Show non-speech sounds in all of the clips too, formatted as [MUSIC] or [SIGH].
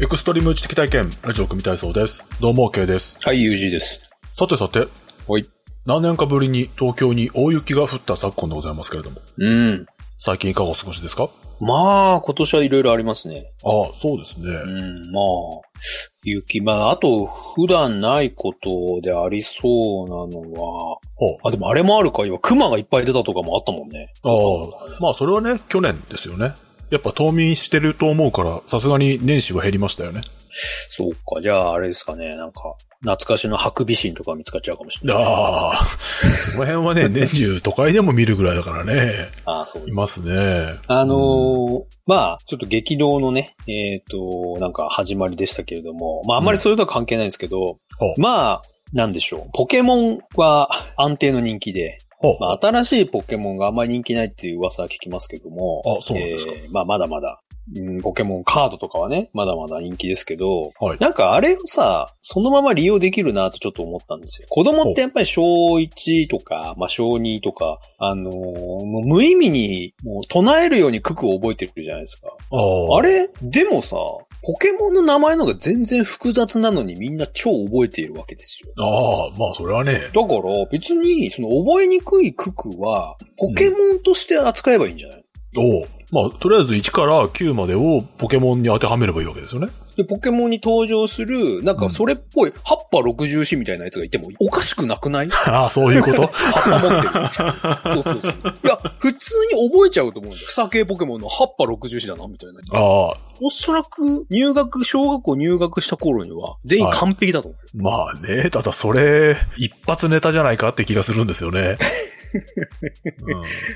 エクストリーム知的体験、ラジオ組体操です。どうも、K です。はい、UG です。さてさて、はい。何年かぶりに東京に大雪が降った昨今でございますけれども、うん。最近いかがお過ごしですかまあ、今年はいろいろありますね。ああ、そうですね。うん、まあ、雪、まあ、あと、普段ないことでありそうなのは、ほあ、でもあれもあるか、今、熊がいっぱい出たとかもあったもんね。うああ、まあそれはね、去年ですよね。やっぱ冬眠してると思うから、さすがに年始は減りましたよね。そうか、じゃあ、あれですかね、なんか、懐かしのハクビシンとか見つかっちゃうかもしれない。ああ、その辺は [LAUGHS] ね、年中都会でも見るぐらいだからね、ああ、そういますね。あのうんーまあ、ちょっと激動のね、えっ、と、なんか始まりでしたけれども、まあ、あんまりそれとは関係ないんですけど、ほうまあ、なんでしょう。ポケモンは安定の人気で、ほうまあ、新しいポケモンがあんまり人気ないっていう噂は聞きますけども、あそうなんですかえーまあ、まだまだ、うん、ポケモンカードとかはね、まだまだ人気ですけど、はい。なんかあれをさ、そのまま利用できるなとちょっと思ったんですよ。子供ってやっぱり小1とか、まあ小2とか、あのーもう無意味にもう唱えるように句を覚えてるじゃないですか。あああれでもさ、ポケモンの名前の方が全然複雑なのにみんな超覚えているわけですよ。ああ、まあそれはね、だから別に、その覚えにくい句句は、ポケモンとして扱えばいいんじゃない、おうまあ、とりあえず1から9までをポケモンに当てはめればいいわけですよね。で、ポケモンに登場する、なんうんかそれっぽい、葉っぱ64みたいなやつがいてもおかしくなくない [LAUGHS] ああ、そういうこと葉っぱ持ってる。そうそうそう。いや、普通に覚えちゃうと思うんだよ。草系ポケモンの葉っぱ64だな、みたいな。 [LAUGHS] ああ、おそらく、入学、小学校入学した頃には、全員完璧だと思う。まあね、ただそれ、一発ネタじゃないかって気がするんですよ [LAUGHS] ね。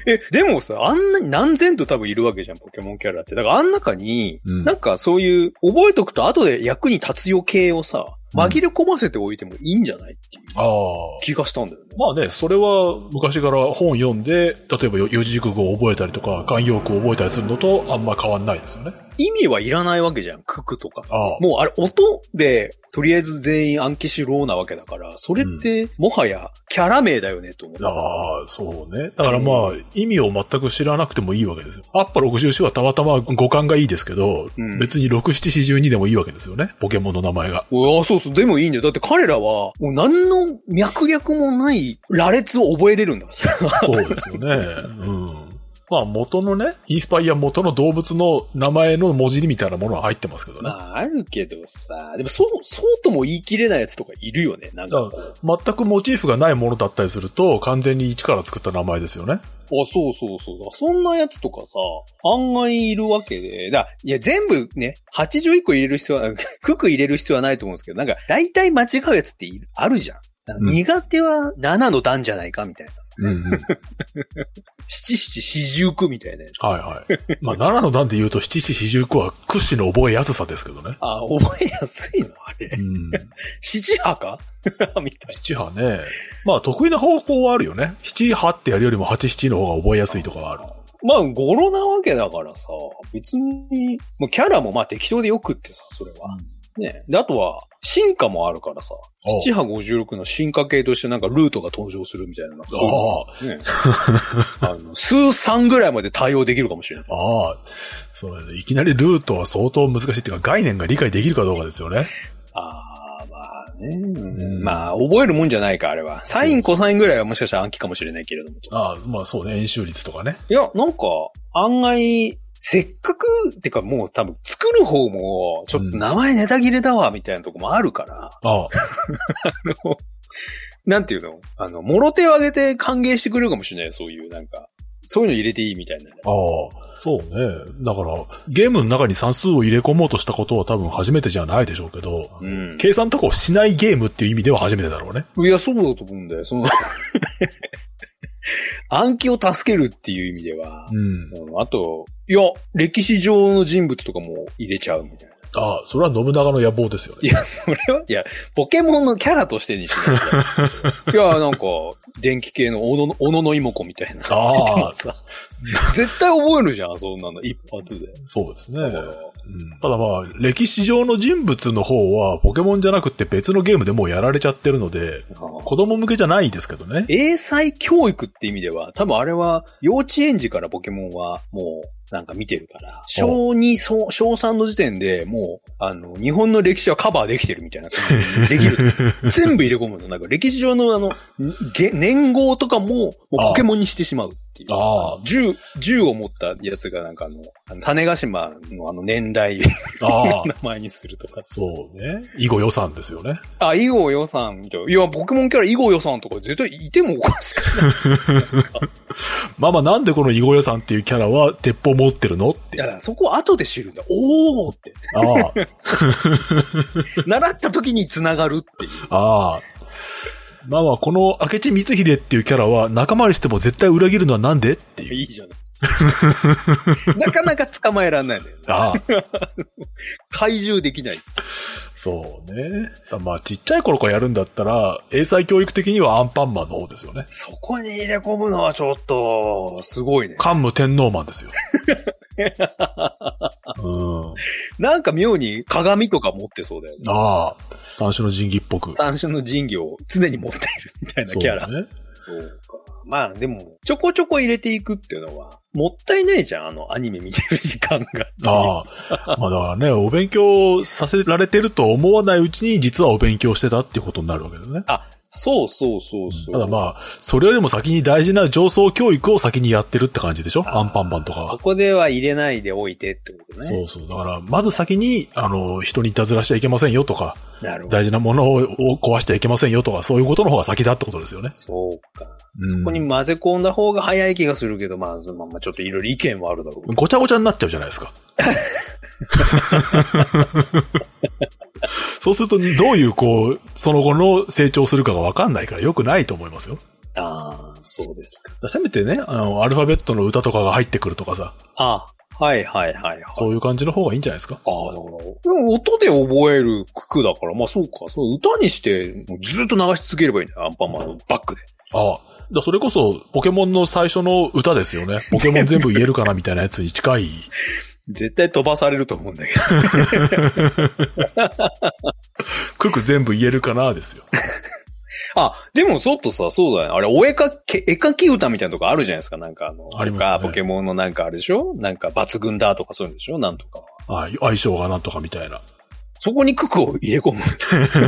え、でもさ、あんなに何千と多分いるわけじゃん、ポケモンキャラって。だからあん中に、うんなんかそういう、覚えとくと後で役に立つよ系をさ、うん紛れ込ませておいてもいいんじゃないっていうああ。気がしたんだよね。まあね、それは昔から本読んで、例えば四字熟語を覚えたりとか、慣用句を覚えたりするのとあんま変わんないですよね。意味はいらないわけじゃん、ククとか。ああ。もうあれ、音で、とりあえず全員暗記しろなわけだから、それって、もはや、キャラ名だよね、と思う。ああ、そうね。だからまあ、意味を全く知らなくてもいいわけですよ。アッパ64はたまたま五感がいいですけど、うん別に6、7、42でもいいわけですよね。ポケモンの名前が。うわ、そうそう、でもいいんだよ。だって彼らは、もう何の脈略もない羅列を覚えれる [LAUGHS] んだから。そうですよね。 [LAUGHS] うん。まあ元のね、インスパイア元の動物の名前の文字みたいなものは入ってますけどね。まあ、あるけどさ、でもそう、そうとも言い切れないやつとかいるよね、なんかこう。あ、全くモチーフがないものだったりすると、完全に一から作った名前ですよね。そうそうそう。だからそんなやつとかさ、案外いるわけで、だいや、全部ね、81個入れる必要は、 [LAUGHS] クク入れる必要はないと思うんですけど、なんか、大体間違うやつっているあるじゃん。なんかうん苦手は7の段じゃないかみたいなさ。うん、はい七七四十九みたいなやつ。はい。まあ、奈良の段で言うと七七四十九は屈指の覚えやすさですけど [LAUGHS] ね。あ、覚えやすいのあうれ。 [LAUGHS] ん。七波か [LAUGHS] みたいな。七波ね。まあ、得意な方法はあるよね。七波ってやるよりも八七の方が覚えやすいとかはある。まあ、語呂なわけだからさ、別に、もうキャラもまあ適当でよくってさ、それは。ね。で、あとは、進化もあるからさ、お七波五十六の進化系としてなんかルートが登場するみたいな。なんかそういうあね、あの、数三ぐらいまで対応できるかもしれない。あ、ああ。そうね。いきなりルートは相当難しいっていうか、概念が理解できるかどうかですよね。ああ、まあね。うんうんまあ、覚えるもんじゃないか、あれは。サイン、コサインぐらいはもしかしたら暗記かもしれないけれどもと。ああ、まあそうね、演習率とかね。いや、なんか、案外、せっかく、てかもう多分作る方も、ちょっと名前ネタ切れだわ、みたいなとこもあるから、ああ、なんていうのあの、もろ手を挙げて歓迎してくれるかもしれないよ、そういう、なんか、そういうの入れていいみたいな。ああ、そうね。だから、ゲームの中に算数を入れ込もうとしたことは多分初めてじゃないでしょうけど、うん。計算とかをしないゲームっていう意味では初めてだろうね。いや、そうだと思うんだよ、そ [LAUGHS] の、暗記を助けるっていう意味では、うん。うんあと、いや、歴史上の人物とかも入れちゃうみたいな。ああ、それは信長の野望ですよいね。や、それは、いや、ポケモンのキャラとしてにしないとダメですよ。 [LAUGHS] いや、なんか、電気系の小野小野の妹子みたいな。ああ [LAUGHS] でもさ絶対覚えるじゃん、そんなの、一発で。そうですね。だからうんただまあ、歴史上の人物の方は、ポケモンじゃなくて別のゲームでもうやられちゃってるので、子供向けじゃないですけど [LAUGHS] ね。英才教育って意味では、多分あれは幼稚園児からポケモンはもうなんか見てるから、小2、そう小3の時点でもう、あの、日本の歴史はカバーできてるみたいな感じにできる。全部入れ込むの。なんか歴史上のあの、げ年号とかももうポケモンにしてしまうっていう。ああ銃、銃を持ったやつがなんかあの、あの種ヶ島のあの年代、ああ名前にするとか。そうね。以後予算ですよね。あ、囲碁予算みたいな。いや、ポケモンキャラ囲碁予算とか絶対いてもおかしくないまあまあ、なんでこの囲碁予算っていうキャラは鉄砲持ってるのっいて。や、だからそこは後で知るんだ。おーって。ああ、習った時に繋がるっていう。ああ。まあまあ、この明智光秀っていうキャラは仲間にしても絶対裏切るのはなんでっていう。いいじゃない。なかなか捕まえらんないんだよね。ああ、怪獣できない。そうね。だまあ、ちっちゃい頃からやるんだったら、英才教育的にはアンパンマンの方ですよね。そこに入れ込むのはちょっと、すごいね。桓武天皇マンですよ。 [LAUGHS] うん。なんか妙に鏡とか持ってそうだよね。ああ、三種の神器っぽく。三種の神器を常に持っているみたいなキャラ。そうね。そうか。まあでも、ちょこちょこ入れていくっていうのは、もったいないじゃん、あのアニメ見てる時間が。ああ。まあだからね、お勉強させられてると思わないうちに実はお勉強してたっていうことになるわけですね。そうそうそうそう。ただまあ、それよりも先に大事な上層教育を先にやってるって感じでしょあーアンパンマンとかそは。こでは入れないでおいてってことね。そうそう。だから、まず先に、あの、人にいたずらしちゃいけませんよとか、なるほど。大事なものを壊しちゃいけませんよとか、そういうことの方が先だってことですよね。そううか。んそこに混ぜ込んだ方が早い気がするけど、まあ、そのまんまちょっといろいろ意見はあるだろう。ごちゃごちゃになっちゃうじゃないですか。 [LAUGHS] そうすると、どういう、こう、その後の成長するかがわかんないから、良くないと思いますよ。ああ、そうですかだ。からせめてね、あの、アルファベットの歌とかが入ってくるとかさ、あはいはいはいはい。そういう感じの方がいいんじゃないですか。ああ、だから、でも音で覚える句だから、まあそうか、そう歌にして、もうずっと流し続ければいいんだよ、アンパンマンのバックで。ああ。だそれこそ、ポケモンの最初の歌です [LAUGHS] よね。ポケモン全部言えるかなみたいなやつに近い。絶対飛ばされると思うんだけど。クク全部言えるかなですよ。あ、でもちょっとさ、そうだね。あれ、お絵かき、絵かき歌みたいなとこあるじゃないですか、なんかあの、ありますねポケモンのなんかあれでしょなんか抜群だとかそういうんでしょなんとかは。ああ相性がなんとかみたいな。そこにククを入れ込む。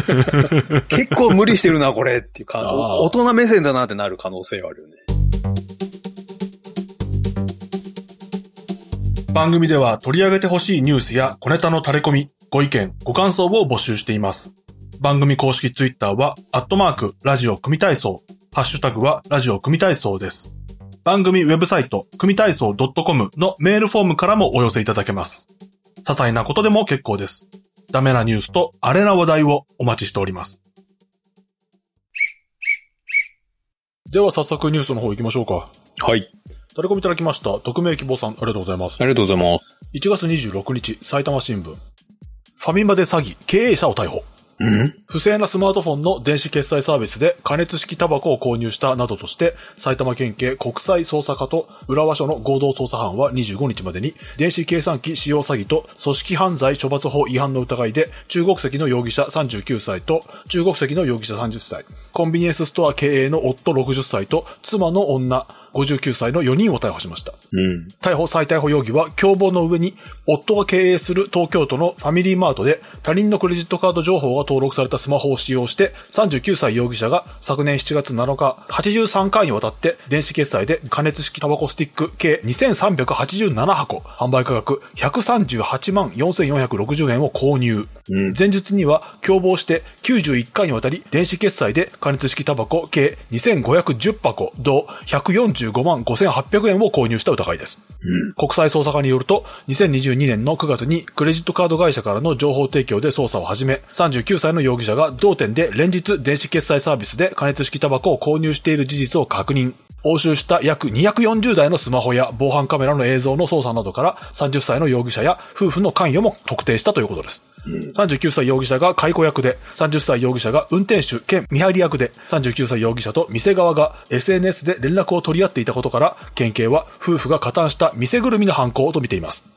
[LAUGHS] 結構無理してるな、これっていうか、ああお大人目線だなってなる可能性はあるよね。番組では取り上げてほしいニュースや小ネタの垂れ込み、ご意見、ご感想を募集しています。番組公式ツイッターは、アットマーク、ラジオ組体操、ハッシュタグは、ラジオ組体操です。番組ウェブサイト、組体操 .com のメールフォームからもお寄せいただけます。些細なことでも結構です。ダメなニュースとアレな話題をお待ちしております。では早速ニュースの方行きましょうか。はい。垂れ込みいただきました。匿名希望さん、ありがとうございますあ。りがとうございます。 1月26日、埼玉新聞。ファミマで詐欺、経営者を逮捕。うん不正なスマートフォンの電子決済サービスで加熱式タバコを購入したなどとして、埼玉県警国際捜査課と浦和署の合同捜査班は25日までに、電子計算機使用詐欺と組織犯罪処罰法違反の疑いで、中国籍の容疑者39歳と、中国籍の容疑者30歳、コンビニエンスストア経営の夫60歳と、妻の女59歳の4人を逮捕しました。うん。逮捕、再逮捕容疑は共謀の上に、夫が経営する東京都のファミリーマートで、他人のクレジットカード情報が登録されたスマホを使用して、39歳容疑者が昨年7月7日、83回にわたって、電子決済で加熱式タバコスティック計2387箱、販売価格138万4460円を購入。うん前日には共謀して91回にわたり電子決済で加熱式タバコ計2510箱同145万5800円を購入した疑いです。国際捜査課によると、2022年の9月にクレジットカード会社からの情報提供で捜査を始め、39歳の容疑者が同店で連日電子決済サービスで加熱式タバコを購入している事実を確認。押収した約240台のスマホや防犯カメラの映像の捜査などから30歳の容疑者や夫婦の関与も特定したということです。39歳容疑者が解雇役で、30歳容疑者が運転手兼見張り役で、39歳容疑者と店側が SNS で連絡を取り合っていたことから、県警は夫婦が加担した店ぐるみの犯行とみています。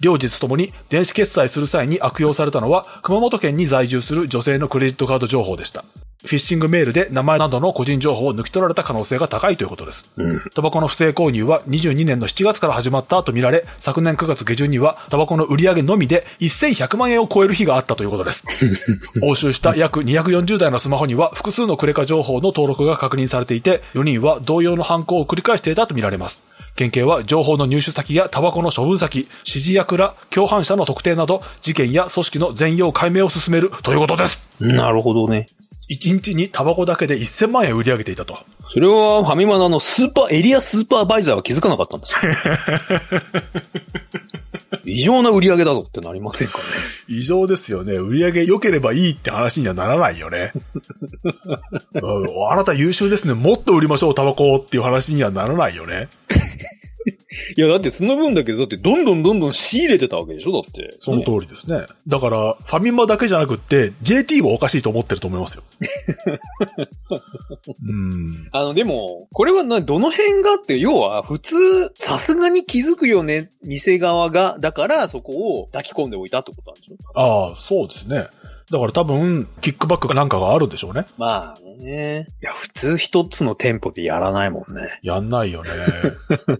両日ともに電子決済する際に悪用されたのは、熊本県に在住する女性のクレジットカード情報でした。フィッシングメールで名前などの個人情報を抜き取られた可能性が高いということです。タバコの不正購入は22年の7月から始まったとみられ、昨年9月下旬にはタバコの売り上げのみで1100万円を超える日があったということです。 [LAUGHS] 押収した約240台のスマホには複数のクレカ情報の登録が確認されていて、4人は同様の犯行を繰り返していたとみられます。県警は情報の入手先やタバコの処分先、指示役ら、共犯者の特定など、事件や組織の全容解明を進めるということです。なるほどね。 1日にタバコだけで1000万円売り上げていたと。それは、ファミマのあの、スーパー、エリアスーパーバイザーは気づかなかったんですよ。 [LAUGHS] 異常な売り上げだぞってなりませんかね。異常ですよね。売り上げ良ければいいって話にはならないよ [LAUGHS] ね。うんあなた優秀ですね。もっと売りましょう、タバコをっていう話にはならないよね。いや、だってその分だけど、だってどんどんどんどん仕入れてたわけでしょだって。そのね通りですね。だから、ファミマだけじゃなくって、JT もおかしいと思ってると思い [LAUGHS] ますよ。うん。あの、でも、これはな、どの辺がって、要は、普通、さすがに気づくよね、店側が。だから、そこを抱き込んでおいたってことなんでしょああ、そうですね。だから多分、キックバックかなんかがあるんでしょうね。まあね。いや、普通一つの店舗でやらないもんね。やんない [LAUGHS] よね。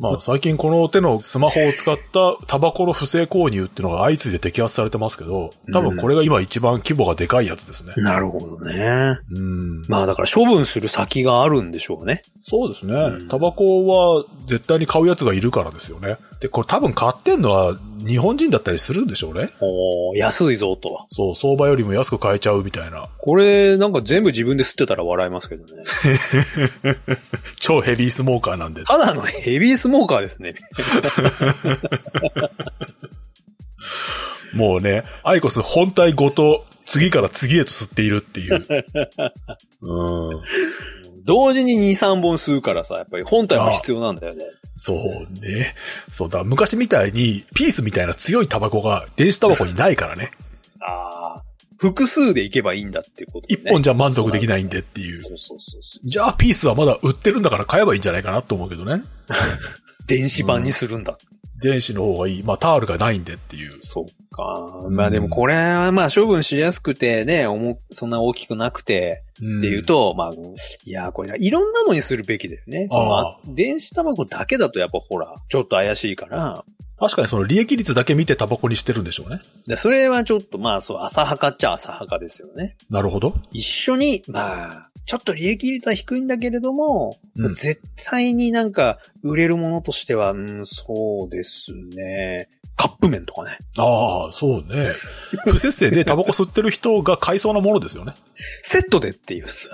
まあ最近この手のスマホを使ったタバコの不正購入っていうのが相次いで摘発されてますけど、多分これが今一番規模がでかいやつですね。なるほどね。 [LAUGHS] うん。まあだから処分する先があるんでしょうね。そうですうね。んタバコは絶対に買うやつがいるからですよね。で、これ多分買ってんのは日本人だったりするんでしょうね。おー安いぞと。そう、相場よりも安く買えちゃうみたいな。これ、なんか全部自分で吸ってたら笑いますけどね。超ヘビースモーカーなんで。ただのヘビースモーカーですね。もうね、アイコス本体ごと次から次へと吸っているって [LAUGHS] いう。うん。同時に2、3本吸うからさ、やっぱり本体も必要なんだよね。そうね。そうだ、昔みたいにピースみたいな強いタバコが電子タバコにないから [LAUGHS] ね。ああ。複数でいけばいいんだっていうこと、ね。一本じゃ満足できないんでっていう。そうそうそうそう。じゃあピースはまだ売ってるんだから買えばいいんじゃないかなと思うけどね。電子版にするんだ。電子の方がいい。まあタールがないんでっていう。そうか。まあでもこれはまあ処分しやすくてね、おもそんな大きくなくてっていうと、まあ、いや、これいろんなのにするべきだよね。そのあ電子タバコだけだとやっぱほら、ちょっと怪しいから、確かにその利益率だけ見てタバコにしてるんでしょうね。でそれはちょっとまあそう、浅はかっちゃ浅はかですよね。なるほど。一緒に、まあ、ちょっと利益率は低いんだけれども、うん絶対になんか売れるものとしては、うん、そうですね。カップ麺とかね。ああ、そうね。不節制でタバコ吸ってる人が買いそうなものですよね。セットでっていうさ。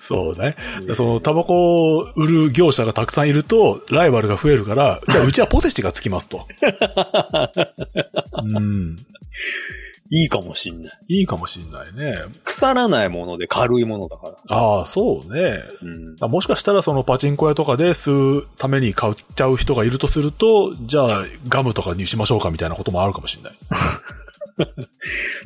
そうね。そのタバコを売る業者がたくさんいると、ライバルが増えるから、じゃあうちはポテチがつきます [LAUGHS] と。うん。いいかもしんない。いいかもしんないね。腐らないもので軽いものだから。ああ、そうね。うん。もしかしたらそのパチンコ屋とかで吸うために買っちゃう人がいるとすると、じゃあガムとかにしましょうかみたいなこともあるかもしれ [LAUGHS] ない。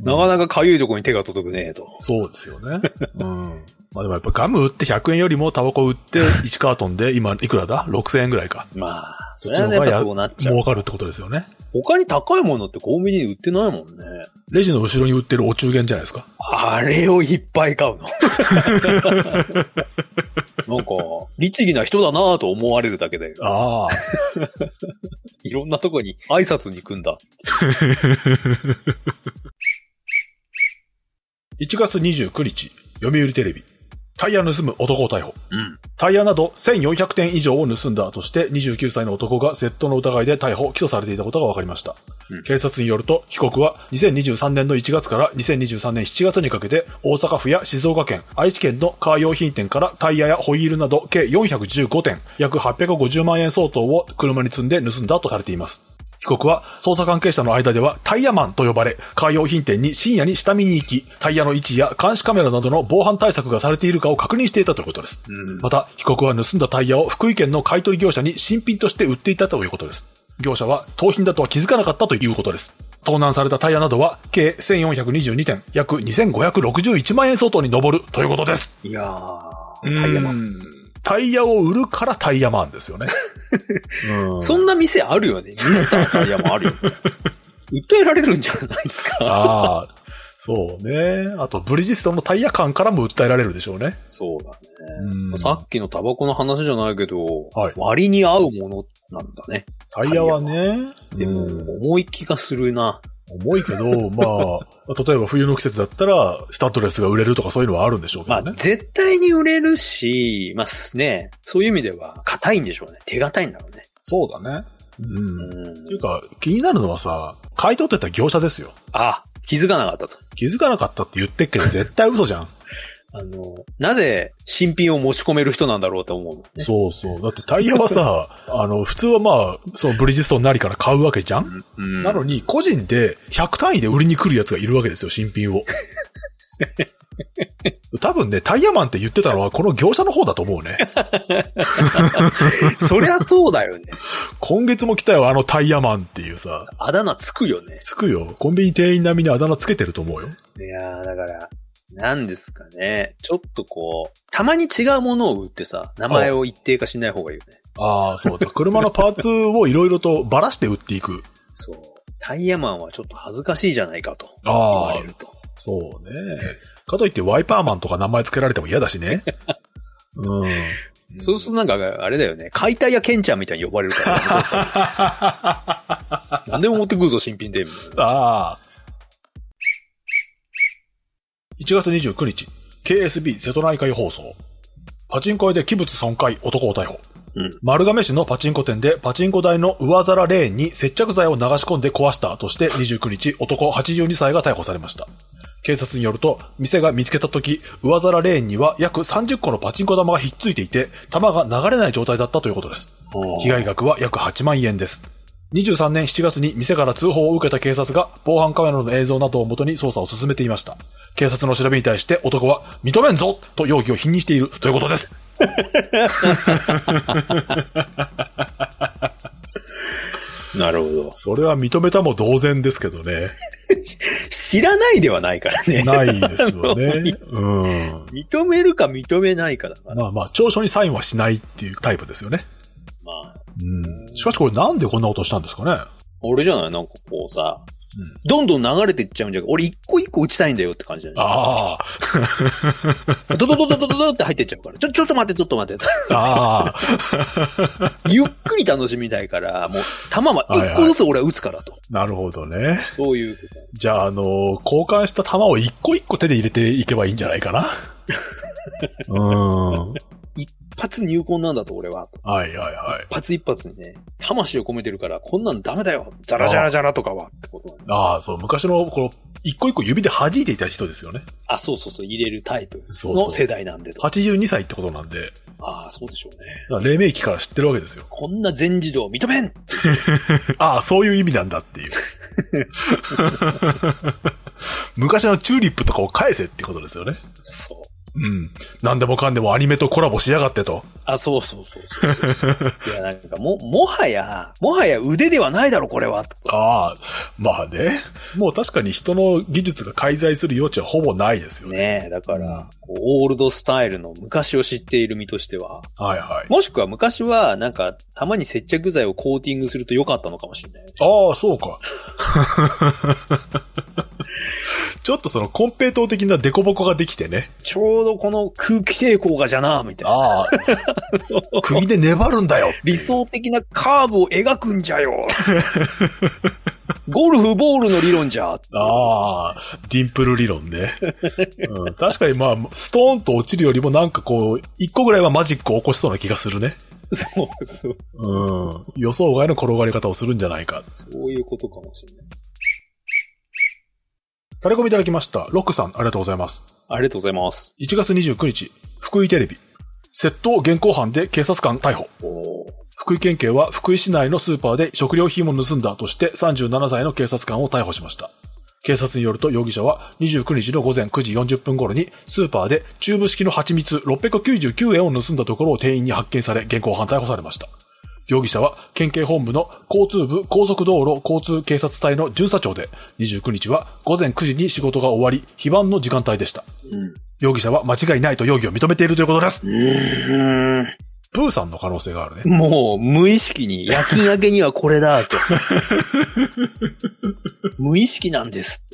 なかなかかゆいとこに手が届くねえと。そうですよね。うん。まあでもやっぱガム売って100円よりもタバコ売って1カートンで今いくらだ ?6000 円ぐらいか。まあ、そそっれちのは方がねやっぱやそうなっちゃう儲。かるってことですよね。他に高いものってコンビニで売ってないもんね。レジの後ろに売ってるお中元じゃないですか。あれをいっぱい [LAUGHS] 買うの。なんか、律儀な人だなぁと思われるだけで、ああ。 [LAUGHS] いろんなとこに挨拶に行くんだ。 1月29日、読売テレビ。タイヤ盗む男を逮捕。うん。タイヤなど1400点以上を盗んだとして29歳の男が窃盗の疑いで逮捕、起訴されていたことが分かりました。うん警察によると、被告は2023年の1月から2023年7月にかけて、大阪府や静岡県、愛知県のカー用品店からタイヤやホイールなど計415点、約850万円相当を車に積んで盗んだとされています。被告は捜査関係者の間ではタイヤマンと呼ばれ、カー用品店に深夜に下見に行き、タイヤの位置や監視カメラなどの防犯対策がされているかを確認していたということです。また、被告は盗んだタイヤを福井県の買取業者に新品として売っていたということです。業者は盗品だとは気づかなかったということです。盗難されたタイヤなどは計1422点、約2561万円相当に上るということです。いやー、タタイヤマン。ン。タイヤを売るからタイヤマンですよね。うんそんな店あるよね。ミスタータイヤもあ [LAUGHS] るよ、ね。訴えられるんじゃないですか。ああ、そうね。あと、ブリヂストンのタイヤ感からも訴えられるでしょうね。そうだね。うんさっきのタバコの話じゃないけど、はい割に合うものなんだね。タイヤはね、でも、うん重い気がするな。重いけど、 [LAUGHS] まあ、例えば冬の季節だったら、スタッドレスが売れるとかそういうのはあるんでしょうけまどあ、ね。絶対に売れるし、まあすね、そういう意味では、硬いんでしょうね。手堅いんだろうね。そうだね。うん。っうん。ていうか、気になるのはさ、買い取ってた業者ですよ。あ、気づかなかったと。気づかなかったって言ってっ [LAUGHS] けど、絶対嘘じゃん。あの、なぜ新品を持ち込める人なんだろうと思うのね。そうそう。だってタイヤは [LAUGHS] さ、あの、普通はまあ、そのブリヂストンなりから買うわけじゃんう [LAUGHS] んなのに、個人で100単位で売りに来るやつがいるわけですよ、新品 [LAUGHS] を。多分ね、タイヤマンって言ってたのは、この業者の方だと思うね。そりゃそうだよね。今月も来たよ、あのタイヤマンっていうさ。あだ名つくよね。つくよ。コンビニ店員並みにあだ名つけてると思うよ。いやー、だから、なんですかね。ちょっとこう、たまに違うものを売ってさ、名前を一定化しない方がいいよね。ああ、そうだ。車のパーツをいろいろとばらして売っていく。そう。タイヤマンはちょっと恥ずかしいじゃないかと。言あわあれると。そうね。かといってワイパーマンとか名前つけられても嫌だしね。うん。そうするとなんか、あれだよね。解体やケンちゃんみたいに呼ばれる [LAUGHS] から。何でも持ってくるぞ、新品で。みたいなああ。1月29日、KSB 瀬戸内海放送。パチンコ屋で器物損壊、男を逮捕。うん丸亀市のパチンコ店でパチンコ台の上皿レーンに接着剤を流し込んで壊したとして29日、男82歳が逮捕されました。警察によると、店が見つけた時、上皿レーンには約30個のパチンコ玉がひっついていて、玉が流れない状態だったということです。被害額は約8万円です。23年7月に店から通報を受けた警察が防犯カメラの映像などをもとに捜査を進めていました。警察の調べに対して男は認めんぞと容疑を否認しているということです。なるほど。それは認めたも同然ですけどね。知らないではないからね。ないですよね。うん。認めるか認めないかだから。まあまあ、調書にサインはしないっていうタイプですよね。まあ、うん。しかしこれなんでこんなことしたんですかね。俺じゃないなんかこうさ、うんどんどん流れていっちゃうんじゃなくて俺一個一個打ちたいんだよって感じだね。あドドドドドドドって入ってっちゃうから。ちょ、ちょっと待って、ちょっと [LAUGHS] 待って。あ、ああ、ゆっくり楽しみたいから、もう、弾は一個ずつ俺は打つからと。 [LAUGHS] なるほどね。そういうこと。じゃあ、あの交換した弾を一個一個手で入れていけばいいんじゃないかな。 [LAUGHS] うん。一発入魂なんだと俺は。はいはいはい。一発一発にね、魂を込めてるから、こんなんダメだよ。ザラザラザラとかは。ってことなんだああ、そう、昔の、この、一個一個指で弾いていた人ですよね。あ、そうそうそう、入れるタイプそうそうの世代なんでと。 82歳ってことなんで、ああ、そうでしょうね。だから黎明期から知ってるわけですよ。こんな全自動認めんああ、そういう意味なんだっていう。 [LAUGHS] 昔のチューリップとかを返せってことですよね。そう。うん。何でもかんでもアニメとコラボしやがってと。あ、そうそうそうそうそう [LAUGHS] そう。いや、なんかも、もはや、もはや腕ではないだろ、これは。ああ、まあね。もう確かに人の技術が介在する余地はほぼないですよね。ねえ、だかうんら、こうオールドスタイルの昔を知っている身としては、はいはい。もしくは昔は、なんか、たまに接着剤をコーティングすると良かったのかもしれない。ああ、そうか。 [LAUGHS] ちょっとそのコンペイトー的なデコボコができてね。ちょうどこの空気抵抗がじゃな、みたいな。ああ。釘で粘るんだよ。理想的なカーブを描くんじゃよ。ゴルフボールの理論じゃ。ああ、ディンプル理論ね。 [LAUGHS] うん、確かにまあ、ストーンと落ちるよりもなんかこう、一個ぐらいはマジックを起こしそうな気がするね。そうそう。うん。予想外の転がり方をするんじゃないか。そういうことかもしれない。タレコミいただきました。ロックさん、ありがとうございます。ありがとうございます。 1月29日、福井テレビ。窃盗現行犯で警察官逮捕。おー福井県警は福井市内のスーパーで食料品を盗んだとして37歳の警察官を逮捕しました。警察によると容疑者は29日の午前9時40分頃にスーパーでチューブ式の蜂蜜699円を盗んだところを店員に発見され現行犯逮捕されました。容疑者は県警本部の交通部高速道路交通警察隊の巡査長で29日は午前9時に仕事が終わり非番の時間帯でした。うん。容疑者は間違いないと容疑を認めているということです。うプーさんの可能性があるねー。ん。もう、無意識に、夜勤明けにはこれだ、と。無意識なんです。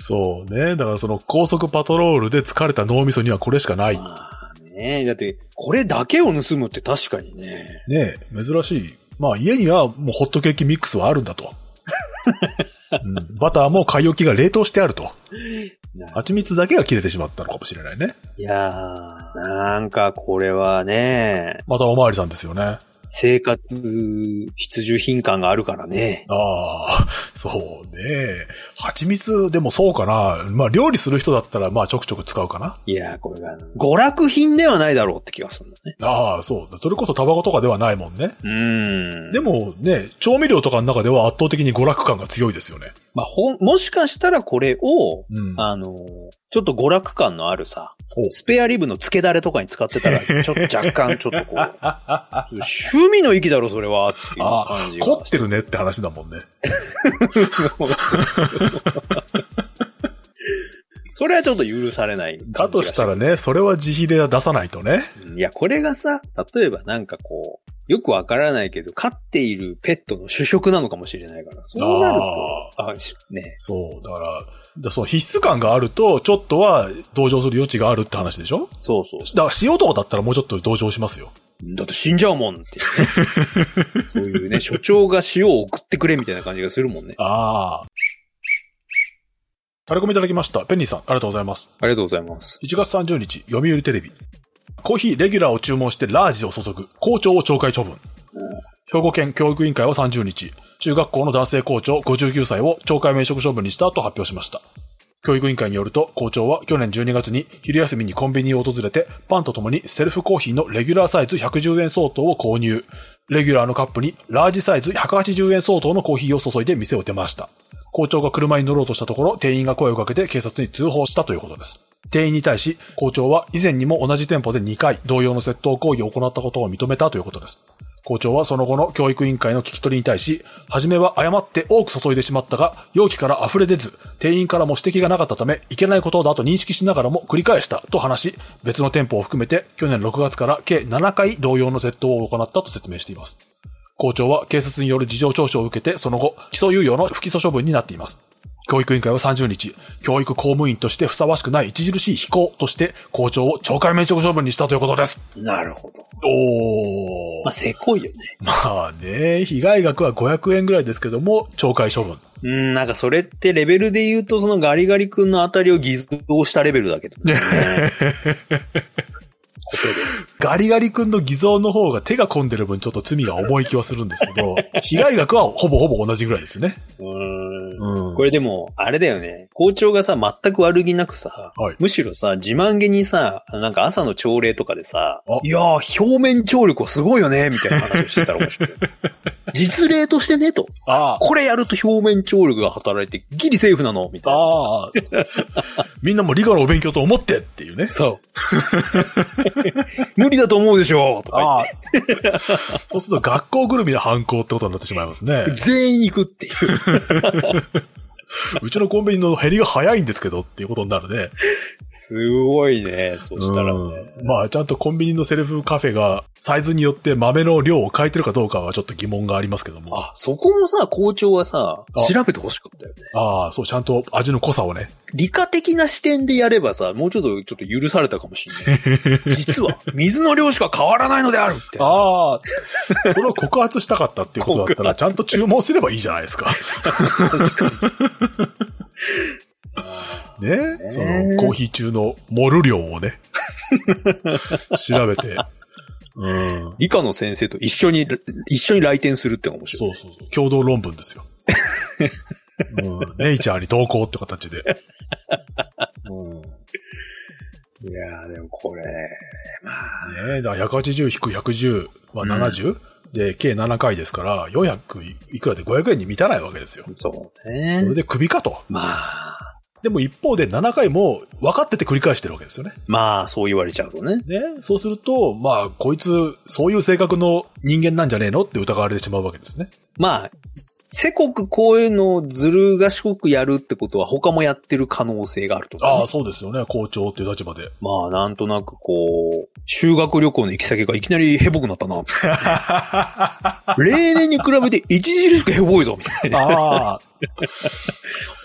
そうね。だからその高速パトロールで疲れた脳みそにはこれしかない。まあねだって、これだけを盗むって確かにね。ねえ珍しい。まあ家にはもうホットケーキミックスはあるんだ [LAUGHS] と。うんバターも買い置きが冷凍してあると。蜂蜜だけが切れてしまったのかもしれないね。いやー、なんかこれはね、またおまわりさんですよね。生活必需品感があるからね。ああ、そうね。蜂蜜でもそうかな。まあ料理する人だったらまあちょくちょく使うかな。いやー、これが、娯楽品ではないだろうって気がするんだね。ああ、そうだ。それこそタバコとかではないもんね。うーん。で、もね、調味料とかの中では圧倒的に娯楽感が強いですよね。まあ、ほん、もしかしたらこれを、うん。あのー、ちょっと娯楽感のあるさ、おスペアリブの漬けだれとかに使って [LAUGHS] たら、ちょっと若干ちょっとこう、趣味の域だろ、それは、っていう感じが。凝ってるねって話だもんね。それはちょっと許されない感じがだとしたらね、それは自費で出さないとね。いや、これがさ、例えばなんかこう、よくわからないけど、飼っているペットの主食なのかもしれないから、そうなると、あしね。そう。だから、だそう必須感があると、ちょっとは同情する余地があるって話でしょそうそう。だから、塩とかだったらもうちょっと同情しますよ。だって死んじゃうもんって [LAUGHS] いうね、そういうね、所長が塩を送ってくれみたいな感じがするもんね。ああ。タレコミいただきました。ペンニーさん、ありがとうございます。ありがとうございます。 1月30日、読売テレビ。コーヒーレギュラーを注文してラージを注ぐ。校長を懲戒処分。兵庫県教育委員会は30日、中学校の男性校長59歳を懲戒免職処分にしたと発表しました。教育委員会によると、校長は去年12月に昼休みにコンビニを訪れて、パンとともにセルフコーヒーのレギュラーサイズ110円相当を購入。レギュラーのカップにラージサイズ180円相当のコーヒーを注いで店を出ました。校長が車に乗ろうとしたところ、店員が声をかけて警察に通報したということです。店員に対し、校長は以前にも同じ店舗で2回同様の窃盗行為を行ったことを認めたということです。校長はその後の教育委員会の聞き取りに対し、初めは誤って多く注いでしまったが、容器から溢れ出ず、店員からも指摘がなかったため、いけないことだと認識しながらも繰り返したと話し、別の店舗を含めて去年6月から計7回同様の窃盗を行ったと説明しています。校長は警察による事情聴取を受けて、その後、起訴猶予の不起訴処分になっています。教育委員会は30日、教育公務員としてふさわしくない著しい非行として、校長を懲戒免職処分にしたということです。なるほど。おまあ、せこいよね。まあね、被害額は500円ぐらいですけども、懲戒処分。うん、なんかそれってレベルで言うと、そのガリガリ君のあたりを偽造したレベルだけどね。ことでガリガリ君の偽造の方が手が込んでる分ちょっと罪が重い気はするんですけど、被害額はほぼほぼ同じぐらいですね。 [LAUGHS] うーんうん。これでも、あれだよね。校長がさ、全く悪気なくさ、はいむしろさ、自慢げにさ、なんか朝の朝礼とかでさあ、いやー、表面張力はすごいよね、みたいな話をしてたら面 [LAUGHS] 白い。実例としてね、と。あこれやると表面張力が働いて、ギリセーフなの、みたいな。ああ。 [LAUGHS] みんなも理科のお勉強と思ってっていうね。そう。 [LAUGHS] 無理だと思うでしょ、とか [LAUGHS] そうすると学校ぐるみの犯行ってことになってしまいますね [LAUGHS] 言って。。全員行くっていう。うちのコンビニの減りが早いんですけどっていうことになるね。すごいね、そしたらね。うんまあ、ちゃんとコンビニのセルフカフェがサイズによって豆の量を変えてるかどうかはちょっと疑問がありますけども。あ、そこもさ、校長はさあ、調べてほしかったよね。ああ、そう、ちゃんと味の濃さをね。理科的な視点でやればさ、もうちょっと、ちょっと許されたかもしれ [LAUGHS] ない。実は、水の量しか変わらないのであるって。ああ、それを告発したかったっていうことだったら、ちゃんと注文すればいいじゃないです [LAUGHS] か。ねその、コーヒー中の盛る量をね、 [LAUGHS] 調べて。うん。理科の先生と一緒に、一緒に来店するってのが面白い。そうそうそう。共同論文 [LAUGHS] ですよ。うん、ネイチャーに同行って形で。うんいやー、でもこれ、まあ、ねえ、だから180引く110は70、で、計7回ですから、400いくらで500円に満たないわけですよ。そうそれね。でクビかと。まあ、でも一方で7回も分かってて繰り返してるわけですよね。まあ、そう言われちゃうとね。ね。そうすると、まあ、こいつ、そういう性格の人間なんじゃねえのって疑われてしまうわけですね。まあ、せこくこういうのをずる賢くやるってことは他もやってる可能性があるとかね、ああ、そうですよね。校長っていう立場で。まあ、なんとなくこう、修学旅行の行き先がいきなりヘボくなった [LAUGHS] な。例年に比べて著しくヘボいぞ、みたいな。ああ、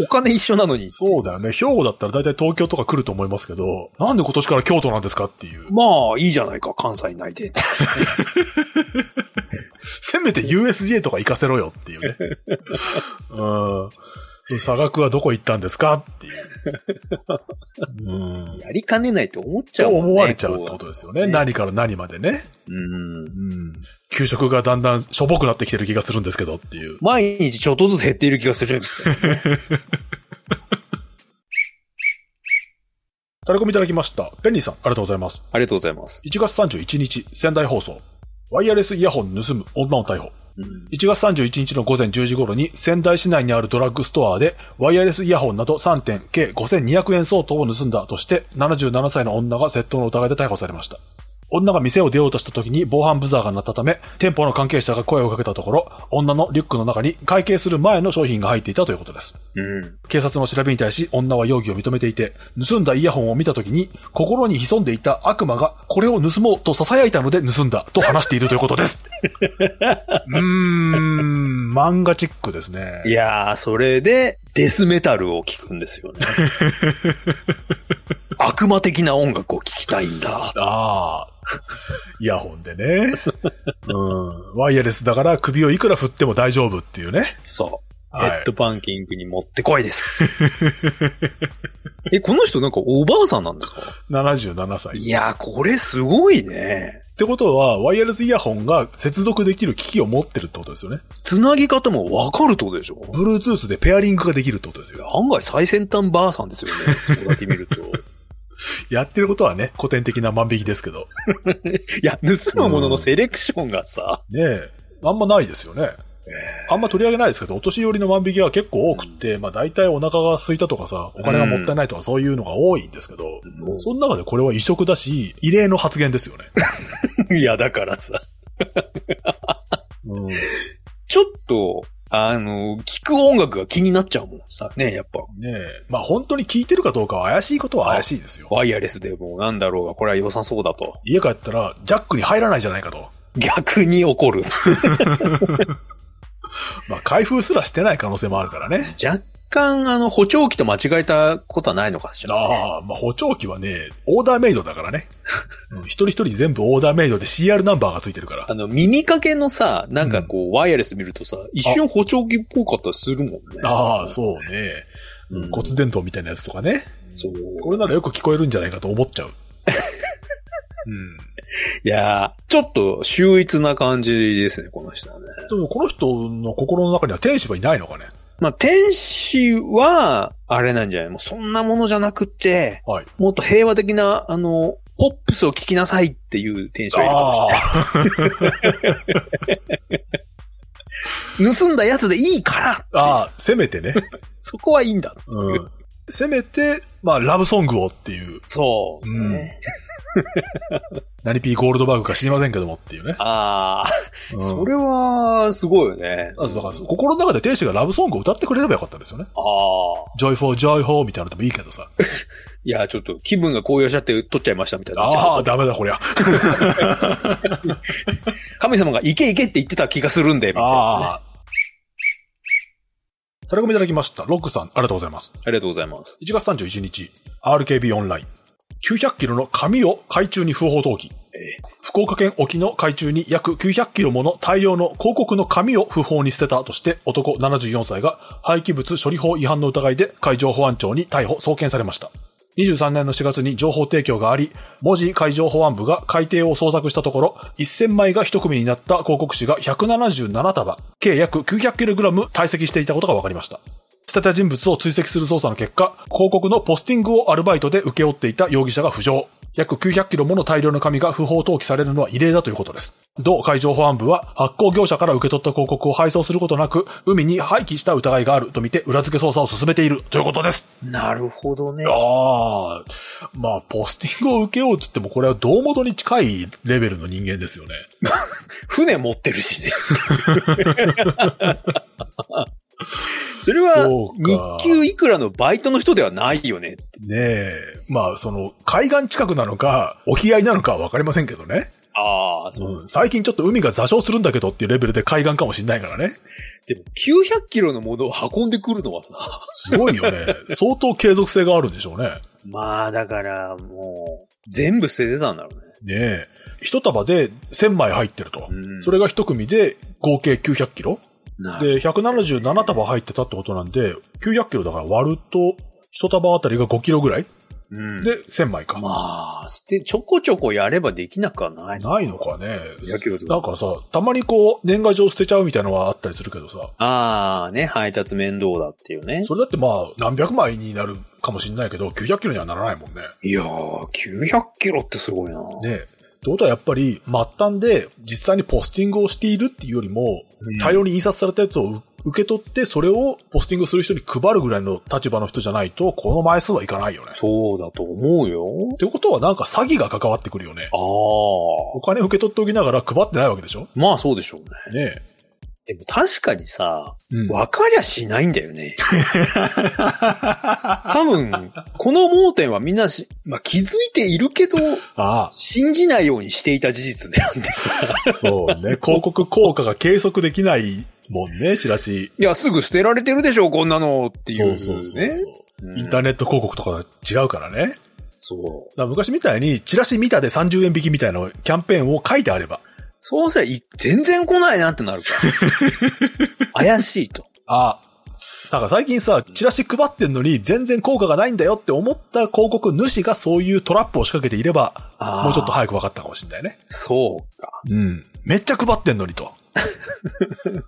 お金一緒なのに。そうだよね。兵庫だったら大体東京とか来ると思いますけど、なんで今年から京都なんですかっていう。まあ、いいじゃないか、関西内で。せめて USJ とか行かせろよっていうね。うん。差額はどこ行ったんですかっていう。うん。やりかねないって思っちそゃううもんね。思われちゃうってことですよね。ね何から何までね。うん。うん。給食がだんだんしょぼくなってきてる気がするんですけどっていう。毎日ちょっとずつ減っている気がする。タレコミいただきました。ペンニーさん、ありがとうございます。ありがとうございます。 1月31日、仙台放送。ワイヤレスイヤホン盗む女を逮捕。うん1月31日の午前10時頃に仙台市内にあるドラッグストアでワイヤレスイヤホンなど3点計5200円相当を盗んだとして77歳の女が窃盗の疑いで逮捕されました。女が店を出ようとした時に防犯ブザーが鳴ったため、店舗の関係者が声をかけたところ、女のリュックの中に会計する前の商品が入っていたということです。うん。警察の調べに対し女は容疑を認めていて、盗んだイヤホンを見た時に、心に潜んでいた悪魔がこれを盗もうと囁いたので盗んだと話しているということです。うーん、漫画チックですね。いやー、それで、デスメタルを聞くんです [LAUGHS] よね。悪魔的な音楽を聞きたいんだ。ああ。イヤホンでね。うん。ワイヤレスだから首をいくら振っても大丈夫っていうね。そう。はいヘッドパンキングに持ってこい [LAUGHS] です。え、この人なんかおばあさんなんですか77歳。いっやー、これすごいね。てことは、ワイヤレスイヤホンが接続できる機器を持ってるってことですよね。つなぎ方もわかるってことでしょ Bluetooth でペアリングができるってことですよ。案外最先端ばあさんですよね。そこだけ見る [LAUGHS] と。やってることはね、古典的な万引きですけど。いや、盗むもののセレクションがさ、ねえ、あんまないですよね。あんま取り上げないですけど、お年寄りの万引きは結構多くて、まあ大体お腹が空いたとかさ、お金がもったいないとかそういうのが多いんですけど、もその中でこれは異色だし、異例の発言ですよね。ういや、だからさ、うん、ちょっと、あの、聞く音楽が気になっちゃうもんさ、ね、やっぱ。ねえ、まあ本当に聞いてるかどうかは怪しいことは怪しいですよ。ワイヤレスでもなんだろうが、これは良さそうだと。家帰ったらジャックに入らないじゃないかと。逆に怒る。 [LAUGHS] まあ開封すらしてない可能性もあるからね。若干、あの、補聴器と間違えたことはないのかしら、ああ、まあ補聴器はね、オーダーメイドだからね。うん、一人一人全部オーダーメイドで CR ナンバーがついてるから。あの、耳かけのさ、なんかこう、ワイヤレス見るとさ、一瞬補聴器っぽかったりするもんね。ああ、そうね。うん骨伝導みたいなやつとかね。そう。これならよく聞こえるんじゃないかと思っちゃう。うん。いやー、ちょっと秀逸な感じですね、この人はね。でもこの人の心の中には天使はいないのかね。まあ、天使は、あれなんじゃないもうそんなものじゃなくて、はい。もっと平和的な、あの、ポップスを聞きなさいっていう天使がいるかもしれあない。あ、盗んだやつでいいからああ、せめてね。そこはいいんだ。うん。せめて、まあ、ラブソングをっていう、そう。うん何 P ゴールドバーグか知りませんけどもっていうね。ああ、うんそれは、すごいよね。あだから、心の中で天使がラブソングを歌ってくれればよかったんですよね。ああ。ジョイフォー、ジョイフォーみたいなのでもいいけどさ。いや、ちょっと気分が高揚しちゃって撮っちゃいましたみたいな。 [LAUGHS] ああ、ダメだ [LAUGHS] こりゃ。神様が行け行けって言ってた気がするんで、みたいなねあああ。 [LAUGHS] タレコミいただきました。ロックさん、ありがとうございます。りがとうございます。 1月31日、RKB オンライン。900キロの紙を海中に不法投棄。福岡県沖の海中に約900キロもの大量の広告の紙を不法に捨てたとして男74歳が廃棄物処理法違反の疑いで海上保安庁に逮捕送検されました。23年の4月に情報提供があり、文字海上保安部が海底を捜索したところ、1000枚が一組になった広告紙が177束、計約 900kg 堆積していたことが分かりました。捨てた人物を追跡する捜査の結果、広告のポスティングをアルバイトで請け負っていた容疑者が浮上。約900キロもの大量の紙が不法投棄されるのは異例だということです。同海上保安部は発行業者から受け取った広告を配送することなく、海に廃棄した疑いがあるとみて裏付け捜査を進めているということです。なるほどね。ああ、まあ、ポスティングを受けようっつっても、これは胴元に近いレベルの人間ですよね。船持ってる [LAUGHS] しね。それはそう日か給いくらのバイトの人ではないよね。ねえ。まあ、その、海岸近くなのか、沖合なのかはわかりませんけどね。ああ、そう。うん。最近ちょっと海が座礁するんだけどっていうレベルで海岸かもしんないからね。でも900キロのものを運んでくるのはさ。すごいよ [LAUGHS] ね。相当継続性があるんでしょうね。まあだからもう、全部捨ててたんだろうね。ねえ。一束で1000枚入ってると。うんそれが一組で合計900キロなで、る177束入ってたってことなんで、900キロだから割ると、一束あたりが5キロぐらいうん、で、1000枚か。まあ、捨て、ちょこちょこやればできなくはない。ないのかね。野球でもなんかさ、たまにこう、年賀状捨てちゃうみたいなのはあったりするけどさ、ああ、ね、配達面倒だっていうね。それだってまあ、何百枚になるかもしんないけど、900キロにはならないもんね。いやー、900キロってすごいな。ねえ。ってことはやっぱり、末端で実際にポスティングをしているっていうよりも、うん大量に印刷されたやつをう受け取って、それをポスティングする人に配るぐらいの立場の人じゃないと、この枚数はいかないよね。そうだと思うよ。ってことはなんか詐欺が関わってくるよね。あお金受け取っておきながら配ってないわけでしょあ。まあそうでしょうね。ねでも確かにさ、え。うんわかりゃしないんだよね。 [LAUGHS] 多分、この盲点はみんなし、まあ気づいているけど、あ信じないようにしていた事実であってさ。あ、そう [LAUGHS] ね。広告効果が計測できないもんね、チラシ。 [LAUGHS] いや、すぐ捨てられてるでしょ、こんなのっていう、ね。うんインターネット広告とかは違うからね。だかそう。ら昔みたいに、チラシ見たで30円引きみたいなキャンペーンを書いてあれば。そうすりゃい、全然来ないなってな [LAUGHS] るから。怪しいと。あさあ、最近さ、チラシ配ってんのに全然効果がないんだよって思った広告主がそういうトラップを仕掛けていれば、あーもうちょっと早く分かったかもしれないね。そうか。うん。めっちゃ配ってんのにと。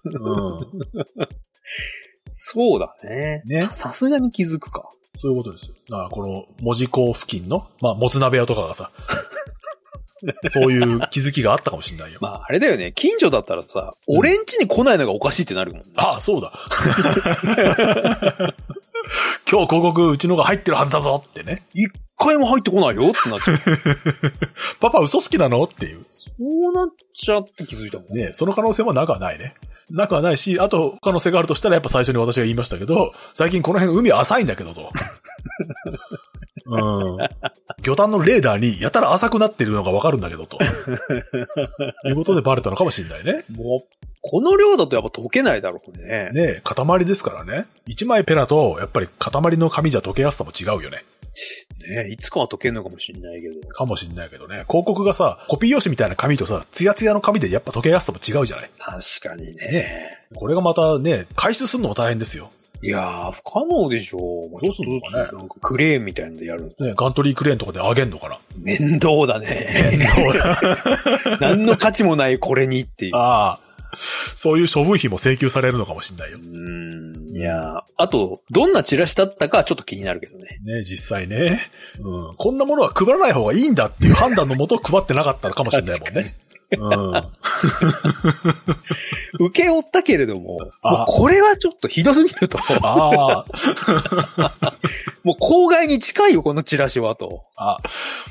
うん。そうだね。ねさすがに気づくか。そういうことですよ。だからこの文字工付近の、まあ、もつ鍋屋とかがさ、そういう気づきがあったかもしれないよ。まあ、あれだよね。近所だったらさ、うん俺ん家に来ないのがおかしいってなるもんね。ああ、そうだ。今日広告うちのが入ってるはずだぞってね。一回も入ってこないよってなっちゃう。パパ嘘好きなのっていう。そうなっちゃって気づいたもんね。ねその可能性もなくはないね。なくはないし、あと可能性があるとしたらやっぱ最初に私が言いましたけど、最近この辺海浅いんだけどと。うん。魚探のレーダーにやたら浅くなってるのがわかるんだけどと。いうことでバレたのかもしれないね。もう、この量だとやっぱ溶けないだろうね。ねえ、塊ですからね。一枚ペラと、やっぱり塊の紙じゃ溶けやすさも違うよね。ねいつかは溶けるのかもしれないけど。かもしんないけどね。広告がさ、コピー用紙みたいな紙とさ、ツヤツヤの紙でやっぱ溶けやすさも違うじゃない。確かにね。これがまたね、回収するのも大変ですよ。いやー、不可能でしょう。どどうすんのかねなんかクレーンみたいなのでやるの。ねガントリークレーンとかで上げんのかな。面倒だね。何の価値もないこれにっていう。 [LAUGHS] ああ。そういう処分費も請求されるのかもしんないよう。ーん。いやーあと、どんなチラシだったかはちょっと気になるけどね。ね、実際ね。うん。こんなものは配らない方がいいんだっていう判断のもと配ってなかったのかもしれないもんね。う受け負ったけれども、もうあこれはちょっとひどすぎると。ん。ああ。 [LAUGHS] もう公害に近いよ、このチラシはと。あ、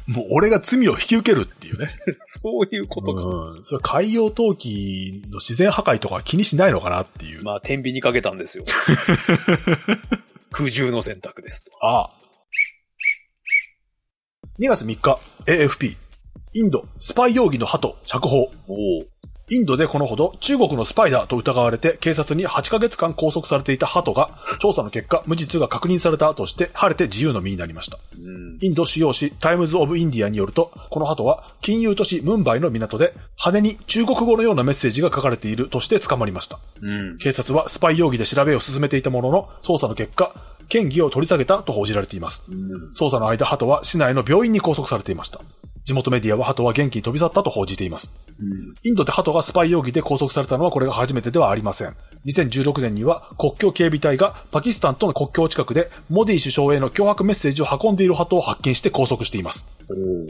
もう俺が罪を引き受けるっていうね。そういうことか。うん。それ海洋陶器の自然破壊とか気にしないのかなっていう。まあ、天秤にかけた [LAUGHS] んですよ。空中の選択ですと。ああ。2月3日、AFP。インド、スパイ容疑の鳩、釈放。おインドでこのほど中国のスパイだと疑われて警察に8ヶ月間拘束されていたハトが調査の結果無実が確認されたとして晴れて自由の身になりました。うん。インド主要紙タイムズ・オブ・インディアによるとこのハトは金融都市ムンバイの港で羽に中国語のようなメッセージが書かれているとして捕まりました。うん。警察はスパイ容疑で調べを進めていたものの捜査の結果嫌疑を取り下げたと報じられています。捜査の間、ハトは市内の病院に拘束されていました。地地元メディアは鳩は元気に飛び去ったと報じています。インドでハトがスパイ容疑で拘束されたのはこれが初めてではありません。2016年には国境警備隊がパキスタンとの国境近くでモディ首相への脅迫メッセージを運んでいるハトを発見して拘束しています。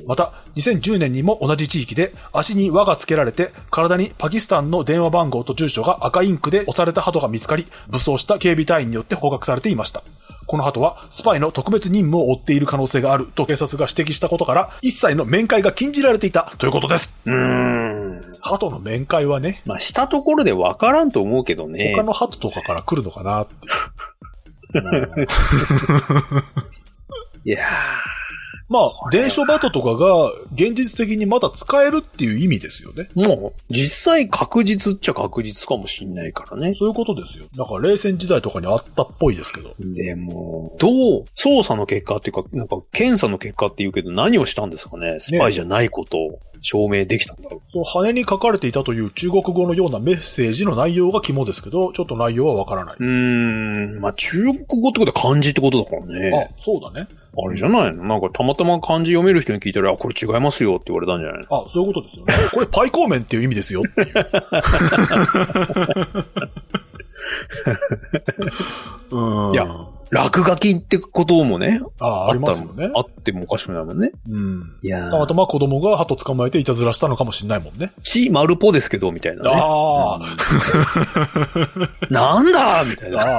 また、2010年にも同じ地域で足に輪がつけられて体にパキスタンの電話番号と住所が赤インクで押されたハトが見つかり武装した警備隊員によって捕獲されていました。このハトはスパイの特別任務を負っている可能性があると警察が指摘したことから一切の面会が禁じられていたということです。うん。うん。ハトの面会はね、まあ、したところでわからんと思うけどね。他のハトとかから来るのかなって。いやまあ、伝書バトとかが現実的にまだ使えるっていう意味ですよね。ーもう、実際確実っちゃ確実かもしんないからね。そういうことですよ。なんか冷戦時代とかにあったっぽいですけど。でも、どう、捜査の結果っていうか、なんか検査の結果って言うけど何をしたんですかねスパイじゃないことを証明できたんだろう。その羽に書かれていたという中国語のようなメッセージの内容が肝ですけど、ちょっと内容はわからない。うーん、まあ、中国語ってことは漢字ってことだからあね。、そうだね。あれじゃないのなんかたまたま漢字読める人に聞いたら、あ、これ違いますよって言われたんじゃないあ、のそういうことですよね。これパイコーメンっていう意味ですよって [LAUGHS] いう。うん。いや落書きってこともね、あ、ありますよねあ。ってもおかしくないもんね。うん。いやたまー、たま子供が鳩捕まえていたずらしたのかもしれないもんね。ち丸ぽですけど、みたいなね。ああ、 [LAUGHS] なんだみたいな。ああ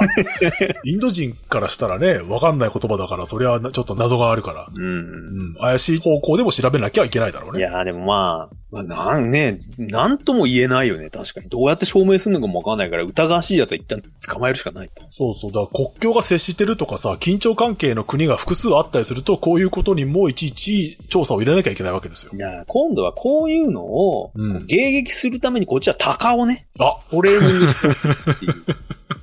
[LAUGHS] インド人からしたらね、わかんない言葉だから、そりゃなちょっと謎があるから、うん。うん、怪しい方向でも調べなきゃいけないだろういね。やーでもまあ、まあ、なんね、なんとも言えないよね、確かに。どうやって証明するのかもわかんないから、疑わしいやつは一旦捕まえるしかないと。そうそう。だから国境が接してるとかさ、緊張関係の国が複数あったりすると、こういうことにもういちいち調査を入れなきゃいけないわけですよ。いやー今度はこういうのを、うん迎撃するためにこっちは鷹をね、あ、トレーニングしてるっていう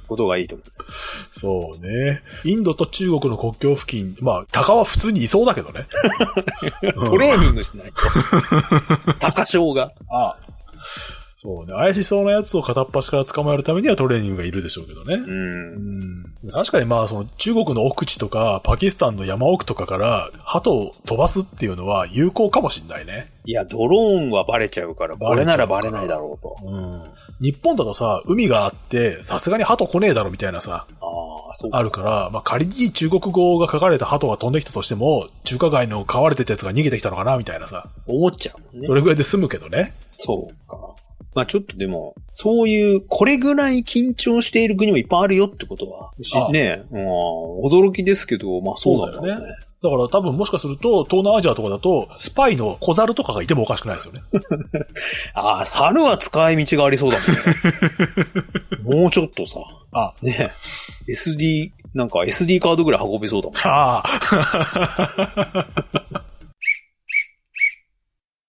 ことがいい [LAUGHS] と思う。そうね。インドと中国の国境付近、まあ、鷹は普通にいそうだけど [LAUGHS] ね。トレーニングしない [LAUGHS] と。鷹賞が。あそうね。怪しそうなやつを片っ端から捕まえるためにはトレーニングがいるでしょうけどね。うん。確かにまあ、その中国の奥地とか、パキスタンの山奥とかから、鳩を飛ばすっていうのは有効かもしんないね。いや、ドローンはバレちゃうから、これならバレないだろうと。うん。日本だとさ、海があって、さすがに鳩来ねえだろみたいなさ、ああ、そうあるから、まあ仮に中国語が書かれた鳩が飛んできたとしても、中華街の飼われてたやつが逃げてきたのかなみたいなさ、思っちゃうもんね。それぐらいで済むけどね。そうか。まあちょっとでも、そういう、これぐらい緊張している国もいっぱいあるよってことは、しああねうん驚きですけど、まあそうなんだそうだよろうねね。だから多分もしかすると、東南アジアとかだと、スパイの小猿とかがいてもおかしくないですよね。ああ、猿は使い道がありそうだ [LAUGHS] もんね。もうちょっとさ、あ、ね SD、なんか SD カードぐらい運びそうだもん。ああ。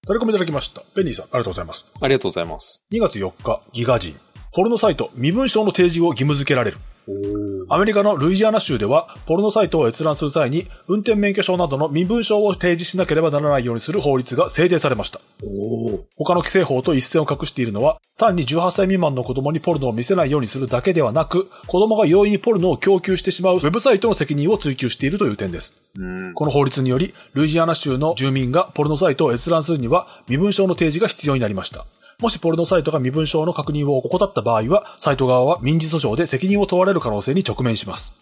タレコメいただきました。ペニーさん、ありがとうございます。ありがとうございます。 2月4日、ギガ人。ポルノサイト、身分証の提示を義務付けられる。あアメリカのルイジアナ州では、ポルノサイトを閲覧する際に、運転免許証などの身分証を提示しなければならないようにする法律が制定されました。おー他の規制法と一線を画しているのは、単に18歳未満の子供にポルノを見せないようにするだけではなく、子供が容易にポルノを供給してしまうウェブサイトの責任を追求しているという点です。うん。この法律により、ルイジアナ州の住民がポルノサイトを閲覧するには身分証の提示が必要になりました。もしポルノサイトが身分証の確認を怠った場合は、サイト側は民事訴訟で責任を問われる可能性に直面します。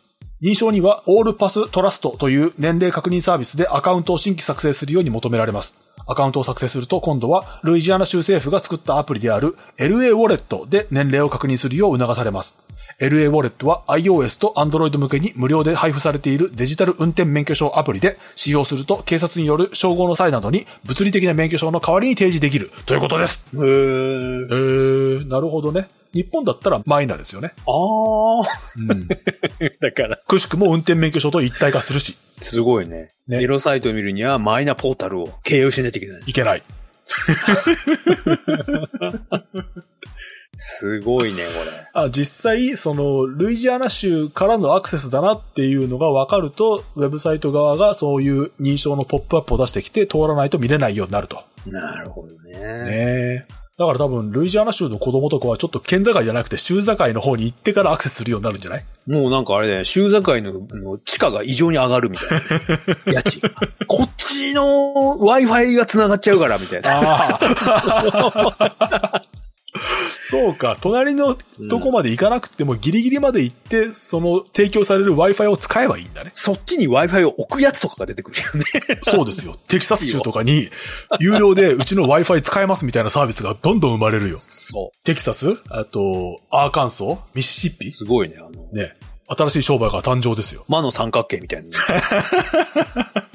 認証には、オールパストラストという年齢確認サービスでアカウントを新規作成するように求められます。アカウントを作成すると、今度は、ルイジアナ州政府が作ったアプリである LA ウォレットで年齢を確認するよう促されます。LA ウォレットは iOS と Android 向けに無料で配布されているデジタル運転免許証アプリで使用すると警察による照合の際などに物理的な免許証の代わりに提示できるということです。へーえー、なるほどね。日本だったらマイナーですよね。ああ、うん。 [LAUGHS] だから、 [LAUGHS] くしくも運転免許証と一体化するし、すごいね。ねエロサイトを見るには、マイナポータルを経由しないといけない。いけない。すごいね、これ。あ実際、その、ルイジアナ州からのアクセスだなっていうのが分かると、ウェブサイト側がそういう認証のポップアップを出してきて、通らないと見れないようになると。なるほどね。ねえ。だから多分、ルイジアナ州の子供とかはちょっと県境じゃなくて州境の方に行ってからアクセスするようになるんじゃないもうなんかあれだよね、州境のあの地価が異常に上がるみた [LAUGHS] いな。家賃。こっちの Wi-Fi が繋がっちゃうから、みたいな。ああ。 [LAUGHS] そうか、隣のとこまで行かなくてもギリギリまで行って、その提供される Wi-Fi を使えばいいんだね。そっちに Wi-Fi を置くやつとかが出てくるよね。そうですよ。テキサス州とかに、有料でうちの Wi-Fi 使えますみたいなサービスがどんどん生まれるよ。そテキサスあと、アーカンソーミシシッピう。すごいね、あの、ね。新しい商売が誕生ですよ。魔の三角形みたいな。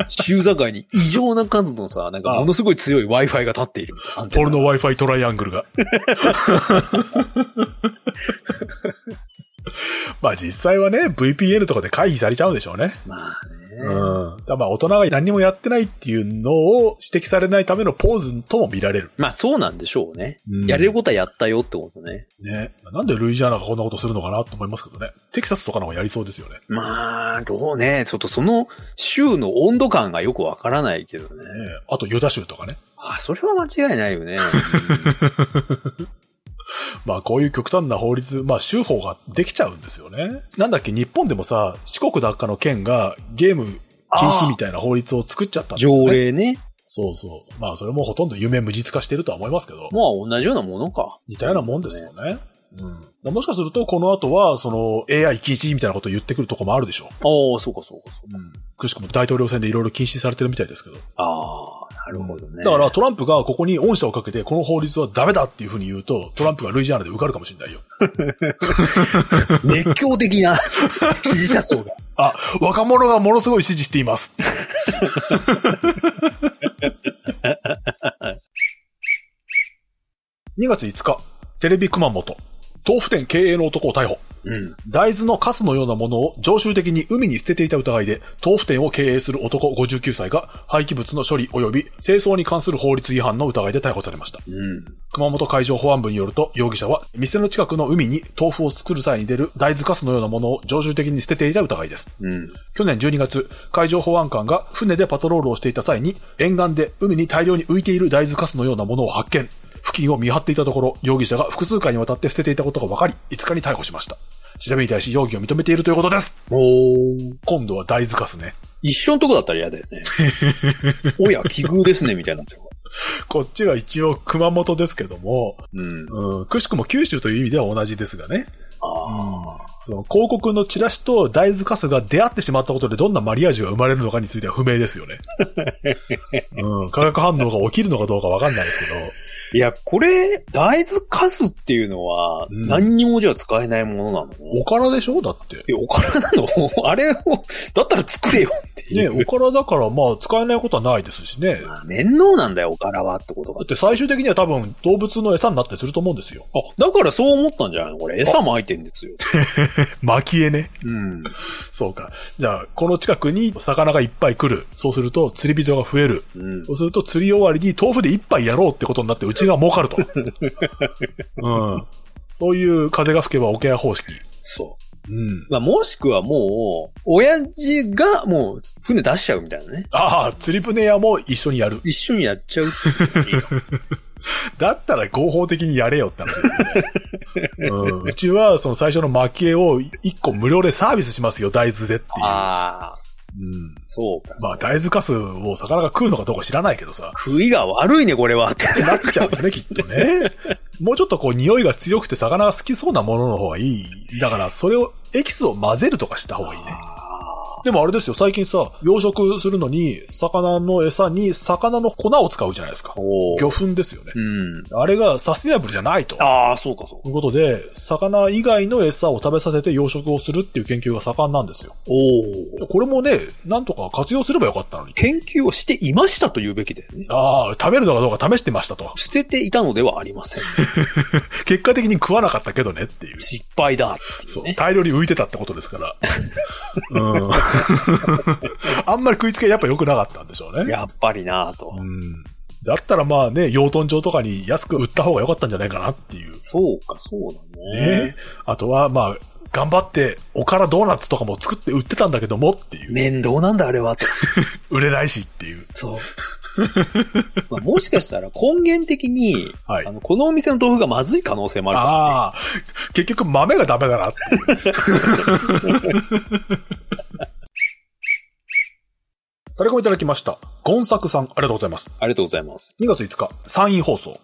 州境に異常な数のさ、なんかものすごい強い Wi-Fi が立っているみたいな。アンテナ俺の Wi-Fi トライアングルが。 [LAUGHS] まあ実際はね、VPN とかで回避されちゃうんでしょうね。まあね。うん。まあ大人が何もやってないっていうのを指摘されないためのポーズとも見られる。まあそうなんでしょうね。うんやれることはやったよってことね。ね。なんでルイジアナがこんなことするのかなと思いますけどね。テキサスとかの方がやりそうですよね。まあ、どうね。ちょっとその州の温度感がよくわからないけどね。ねあとユダ州とかね。あ、それは間違いないよね。まあこういう極端な法律、まあ州法ができちゃうんですよね。なんだっけ、日本でもさ、四国奪還の県がゲーム禁止みたいな法律を作っちゃったんですよ、ね。条例ね。そうそう。まあそれもほとんど夢無実化してるとは思いますけど、まあ同じようなものか。似たようなもんですよね。うん、もしかすると、この後は、その、AI 禁止みたいなことを言ってくるとこもあるでしょああ、そうかそうかそうう。か。ん。くしくも大統領選でいろいろ禁止されてるみたいですけど。ああ、なるほどだね。[LAUGHS] から、、トランプがここに恩赦をかけて、この法律はダメだっていうふうに言うと、トランプがルイジアナで受かるかもしれないよ。熱狂的な支持者層が。あ、若者がものすごい支持しています。2月5日、テレビ熊本、豆腐店経営の男を逮捕。うん。大豆のカスのようなものを常習的に海に捨てていた疑いで、豆腐店を経営する男59歳が廃棄物の処理及び清掃に関する法律違反の疑いで逮捕されました。うん。熊本海上保安部によると、容疑者は店の近くの海に豆腐を作る際に出る大豆カスのようなものを常習的に捨てていた疑いです。うん。去年12月、海上保安官が船でパトロールをしていた際に、沿岸で海に大量に浮いている大豆カスのようなものを発見。付近を見張っていたところ、容疑者が複数回にわたって捨てていたことが分かり、5日に逮捕しました。調べに対し容疑を認めているということです。おー今度は大豆カスね。一緒のとこだったら嫌だよ [LAUGHS] ね。おや、奇遇ですね、みたいになっちゃうからこっちは一応熊本ですけども、うん。うん、くしくも九州という意味では同じですがね。ああ。その広告のチラシと大豆カスが出会ってしまったことでどんなマリアージュが生まれるのかについては不明ですよ [LAUGHS] ね。うん、化学反応が起きるのかどうかわかんないですけど。いや、これ、大豆カスっていうのは、うん何にもじゃあ使えないものなの、おからでしょだって。え、おからなの [LAUGHS] あれを、だったら作れよっていね、う。おからだからまあ使えないことはないですしね。だまあ [LAUGHS] 面倒なんだよ、おからはってことがっ。て最終的には多分動物の餌になってすると思うんですよ。あ、だからそう思ったんじゃないのこれ、餌も入ってんですよ。巻き絵ね。うん。そうか。じゃあ、この近くに魚がいっぱい来る。そうすると釣り人が増える。うんそうすると釣り終わりに豆腐で一杯やろうってことになってうちが儲かると。うん。そういう風が吹けば桶屋方式。そうんう。。まあ、もしくはもう、親父がもう、船出しちゃうみたいなね。ああ、釣り船屋も一緒にやる。一緒にやっちゃうっていうのがいいよだったら合法的にやれよって話ですね。うん、うちは、その最初の負けを1個無料でサービスしますよ、大豆でっていう。 [LAUGHS] ああ、うん、そうか。まあ、そう大豆カスを魚が食うのかどうか知らないけどさ。食いが悪いね、これは。 [LAUGHS] ってなっちゃうよね、きっとね。もうちょっとこう、匂いが強くて魚が好きそうなものの方がいい。だから、それを、エキスを混ぜるとかした方がいいね。あでもあれですよ、最近さ、養殖するのに、魚の餌に魚の粉を使うじゃないですかー。おー魚粉ですよねう。ん。あれがサステナブルじゃないと。ああ、そうか、そうとか。いうことで、魚以外の餌を食べさせて養殖をするっていう研究が盛んなんですよ。おお。これもね、なんとか活用すればよかったのに。研究をしていましたと言うべきだよね。ああ、食べるのかどうか試してましたと。捨てていたのではありません。結果的に食わなかったけどねっていう。失敗だっていそうう。ね。大量に浮いてたってことです [LAUGHS] から。うん。 [LAUGHS] あんまり食いつけやっぱ良くなかったんでしょうね。やっぱりなぁと。うん。だったらまあね、養豚場とかに安く売った方が良かったんじゃないかなっていう。そうか、そうだね。ね。あとはまあ、頑張って、おからドーナツとかも作って売ってたんだけどもっていう。面倒なんだ、あれは。と [LAUGHS] 売れないしっていう。そう。まあもしかしたら根源的に、はいあのこのお店の豆腐がまずい可能性もあるから、ああ、結局豆がダメだなっていう。 [LAUGHS] タレコミいただきました。ゴンサクさん、ありがとうございます。ありがとうございます。 2月5日、参院放送。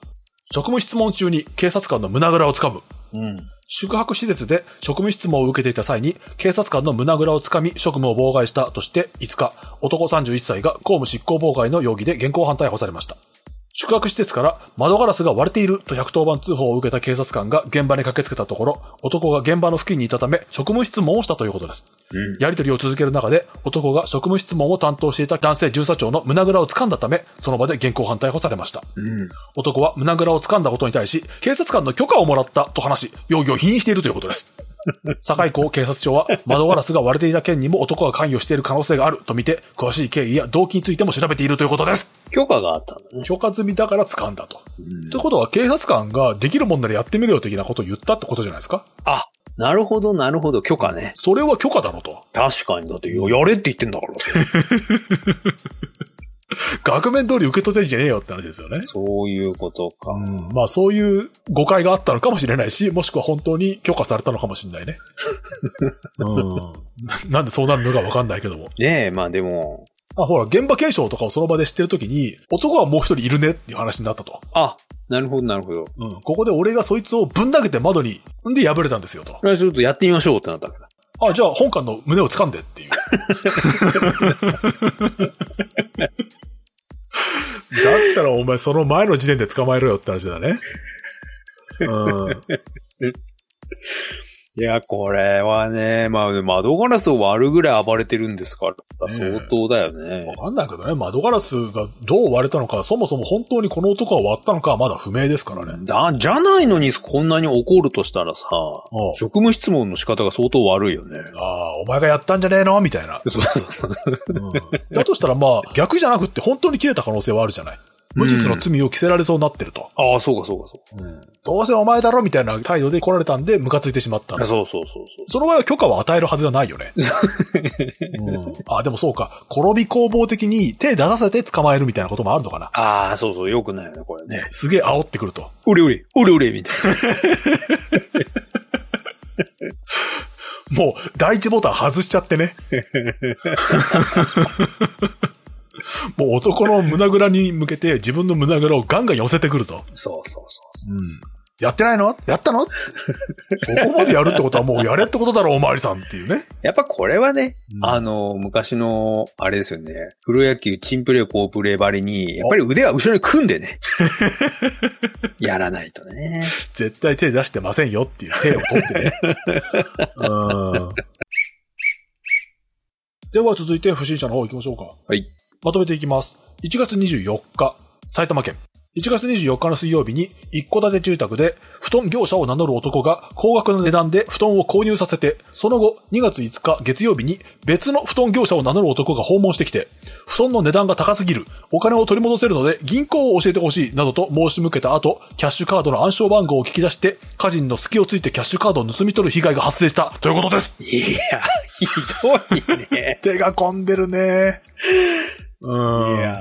職務質問中に警察官の胸ぐらをつかむ。うん。宿泊施設で職務質問を受けていた際に、警察官の胸ぐらをつかみ、職務を妨害したとして、5日、男31歳が公務執行妨害の容疑で現行犯逮捕されました。宿泊施設から窓ガラスが割れていると110番通報を受けた警察官が現場に駆けつけたところ、男が現場の付近にいたため、職務質問をしたということです。うん。やり取りを続ける中で、男が職務質問を担当していた男性巡査長の胸ぐらを掴んだため、その場で現行犯逮捕されました。うん。男は胸ぐらを掴んだことに対し、警察官の許可をもらったと話し、容疑を否認しているということ [LAUGHS] です。堺港警察署は、窓ガラスが割れていた件にも男が関与している可能性があるとみて、詳しい経緯や動機についても調べているということです。許可があったんだね。許可済みだから掴んだと。うんということは、警察官ができるもんならやってみるよ的なことを言ったってことじゃないですかあ、なるほど、なるほど、許可ね。それは許可だろと。確かに、だって、いややれって言ってんだ [LAUGHS] から。額面通り受け取ってんじゃねえよって話ですよね。そういうことか。うん、まあそういう誤解があったのかもしれないし、もしくは本当に許可されたのかもしれないね。うん、ななんでそうなるのかわかんないけども。ねえ、まあでも、あ、ほら、現場検証とかをその場で知ってるときに、男はもう一人いるねっていう話になったと。あ、なるほど、なるほど。うん、ここで俺がそいつをぶん投げて窓に、んで破れたんですよと。これはちょっとやってみましょうってなったわけだ。あ、じゃあ本官の胸を掴んでっていう。だったらお前その前の時点で捕まえろよって話だね。うん。いや、これはね、まあ、窓ガラスを割るぐらい暴れてるんですから、相当だよね。わかんないけどね、窓ガラスがどう割れたのか、そもそも本当にこの男が割ったのかはまだ不明ですからね。だ、じゃないのにこんなに怒るとしたらさ、うん職務質問の仕方が相当悪いよね。 [LAUGHS] ああ、お前がやったんじゃねえのみたいな。そうそうそう。うんだとしたらまあ、逆じゃなくって本当に切れた可能性はあるじゃない。無実の罪を着せられそうになってると。ああ、そうか、そうか、そうどうせお前だろみたいな態度で来られたんで、ムカついてしまったか。。そうそうそうそう。その場合は許可は与えるはずがないよ [LAUGHS] ね。うん、あ、でもそうか。転び工房的に手出させて捕まえるみたいなこともあるのかな。ああ、そうそう、よくないよね、これね。すげえ煽ってくると。うれうれ、うれうれ、みたいな。もう、第一ボタン外しちゃってね。もう男の胸ぐらに向けて自分の胸ぐらをガンガン寄せてくると。そうそうそうそう。やってないのやったのそこまでやるってことはもうやれってことだろ、おまわりさんっていうね。やっぱこれはね、うんあの、昔の、あれですよね、プロ野球、チンプレー、コープレーばりに、やっぱり腕は後ろに組ん [LAUGHS] でね、やらないとね。絶対手出してませんよっていう手を取ってね。うんでは続いて不審者の方行きましょうか。はい。まとめていきます。1月24日、埼玉県。1月24日の水曜日に、一戸建て住宅で、布団業者を名乗る男が高額な値段で布団を購入させて、その後、2月5日月曜日に、別の布団業者を名乗る男が訪問してきて、布団の値段が高すぎる、お金を取り戻せるので銀行を教えてほしい、などと申し向けた後、キャッシュカードの暗証番号を聞き出して、家人の隙をついてキャッシュカードを盗み取る被害が発生した、ということです。いや、ひどいね。手が込んでるね。うん。いやー、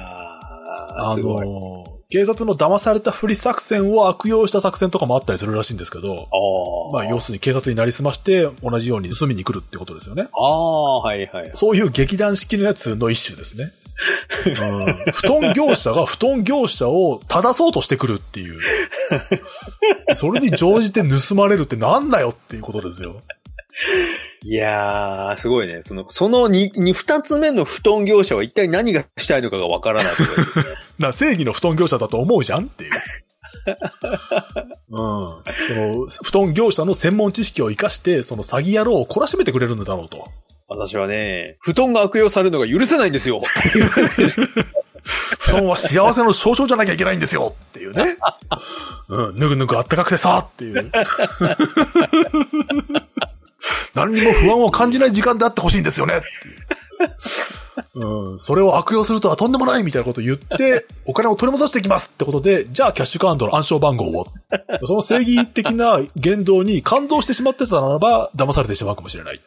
あすごい。のー警察の騙されたふり作戦を悪用した作戦とかもあったりするらしいんですけど、あーまあ、要するに警察になりすまして、同じように盗みに来るってことですよね。あー、はいはい。そういう劇団式のやつの一種ですね。うん布団業者が布団業者を正そうとしてくるっていう。それに乗じて盗まれるってなんだよっていうことですよ。いやー、すごいね。その、そのにに二つ目の布団業者は一体何がしたいのかがわからないとこ [LAUGHS] ろですねな、正義の布団業者だと思うじゃんっていう。うん。その、布団業者の専門知識を活かして、その詐欺野郎を懲らしめてくれるんだろうと。私はね、布団が悪用されるのが許せないんですよ。布団は幸せの象徴じゃなきゃいけないんですよっていうね。うん、ぬぐぬぐあったかくてさっていう。何にも不安を感じない時間であってほしいんですよねっていう。うん、それを悪用するとはとんでもないみたいなことを言って、お金を取り戻してきますってことで、じゃあキャッシュカードの暗証番号を。その正義的な言動に感動してしまってたならば、騙されてしまうかもしれない。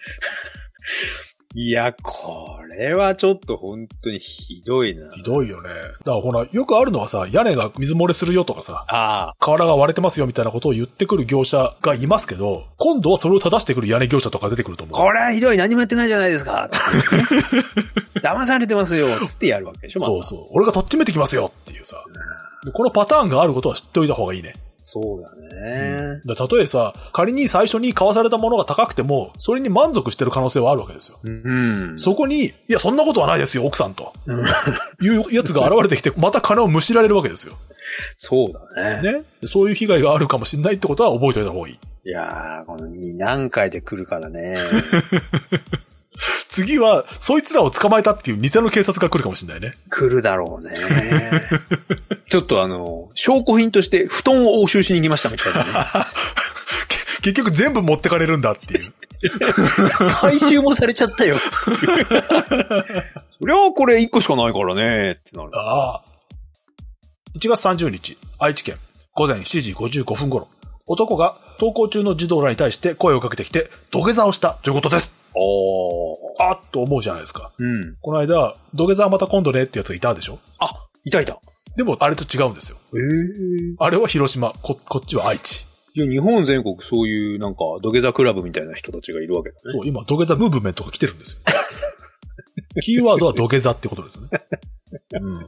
いや、これはちょっと本当にひどいな。ひどいよね。だからほら、よくあるのはさ、屋根が水漏れするよとかさ、ああ、瓦が割れてますよみたいなことを言ってくる業者がいますけど、今度はそれを正してくる屋根業者とか出てくると思う。これはひどい、何もやってないじゃないで [LAUGHS] すか。つって騙されてますよ、つってやるわけでしょ、またそうそう。俺がとっちめてきますよっていうさ。でこのパターンがあることは知っておいた方がいいね。そうだね。だから例えさ、仮に最初に買わされたものが高くても、それに満足してる可能性はあるわけですよ。うん。そこに、いや、そんなことはないですよ、奥さんと。うんいうやつが現れてきて、また金をむしられるわけですよ。そうだね。ね。そういう被害があるかもしれないってことは覚えておいた方がいい。いやー、この2何回で来るから [LAUGHS] ね。次は、そいつらを捕まえたっていう偽の警察が来るかもしれないね。来るだろ [LAUGHS] うね。ちょっとあの、証拠品として布団を押収しに行きましたみたい [LAUGHS] な、ね。け [LAUGHS] 結局全部持ってかれるんだっていう。回収もされちゃ [LAUGHS] ったよ。そりゃあこれ1個しかないからね、ってなる。 [LAUGHS] ああ。1月30日、愛知県、午前7時55分頃、男が登校中の児童らに対して声をかけてきて、土下座をしたということです。おー。あっと思うじゃないですか。うん。この間、土下座はまた今度ねってやつがいたでしょあ、いたいた。でも、あれと違うんですよ。ええあれは広島、こ、こっちは愛知。じゃあ日本全国そういうなんか土下座クラブみたいな人たちがいるわけだね。そう、今、土下座ムーブメントが来てるん [LAUGHS] ですよ。キーワードは土下座ってことです [LAUGHS] よね。うん。まあ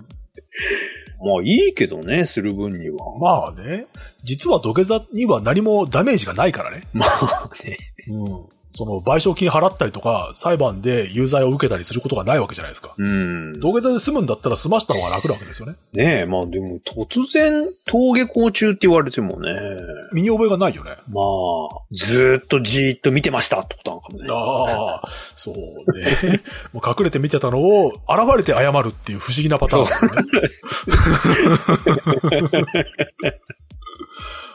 いいけどね、する分には。まあね、実は土下座には何もダメージがないからね。まあね。うん。その、賠償金払ったりとか、裁判で有罪を受けたりすることがないわけじゃないですか。うん。土下座で済むんだったら済ました方が楽なわけですよね。ねえ、まあでも突然登下校中って言われてもね、身に覚えがないよね。まあ、ずーっとじーっと見てましたってことなのかもね。ああ、そうね。 [LAUGHS] もう隠れて見てたのを、現れて謝るっていう不思議なパターンですよね。 [LAUGHS]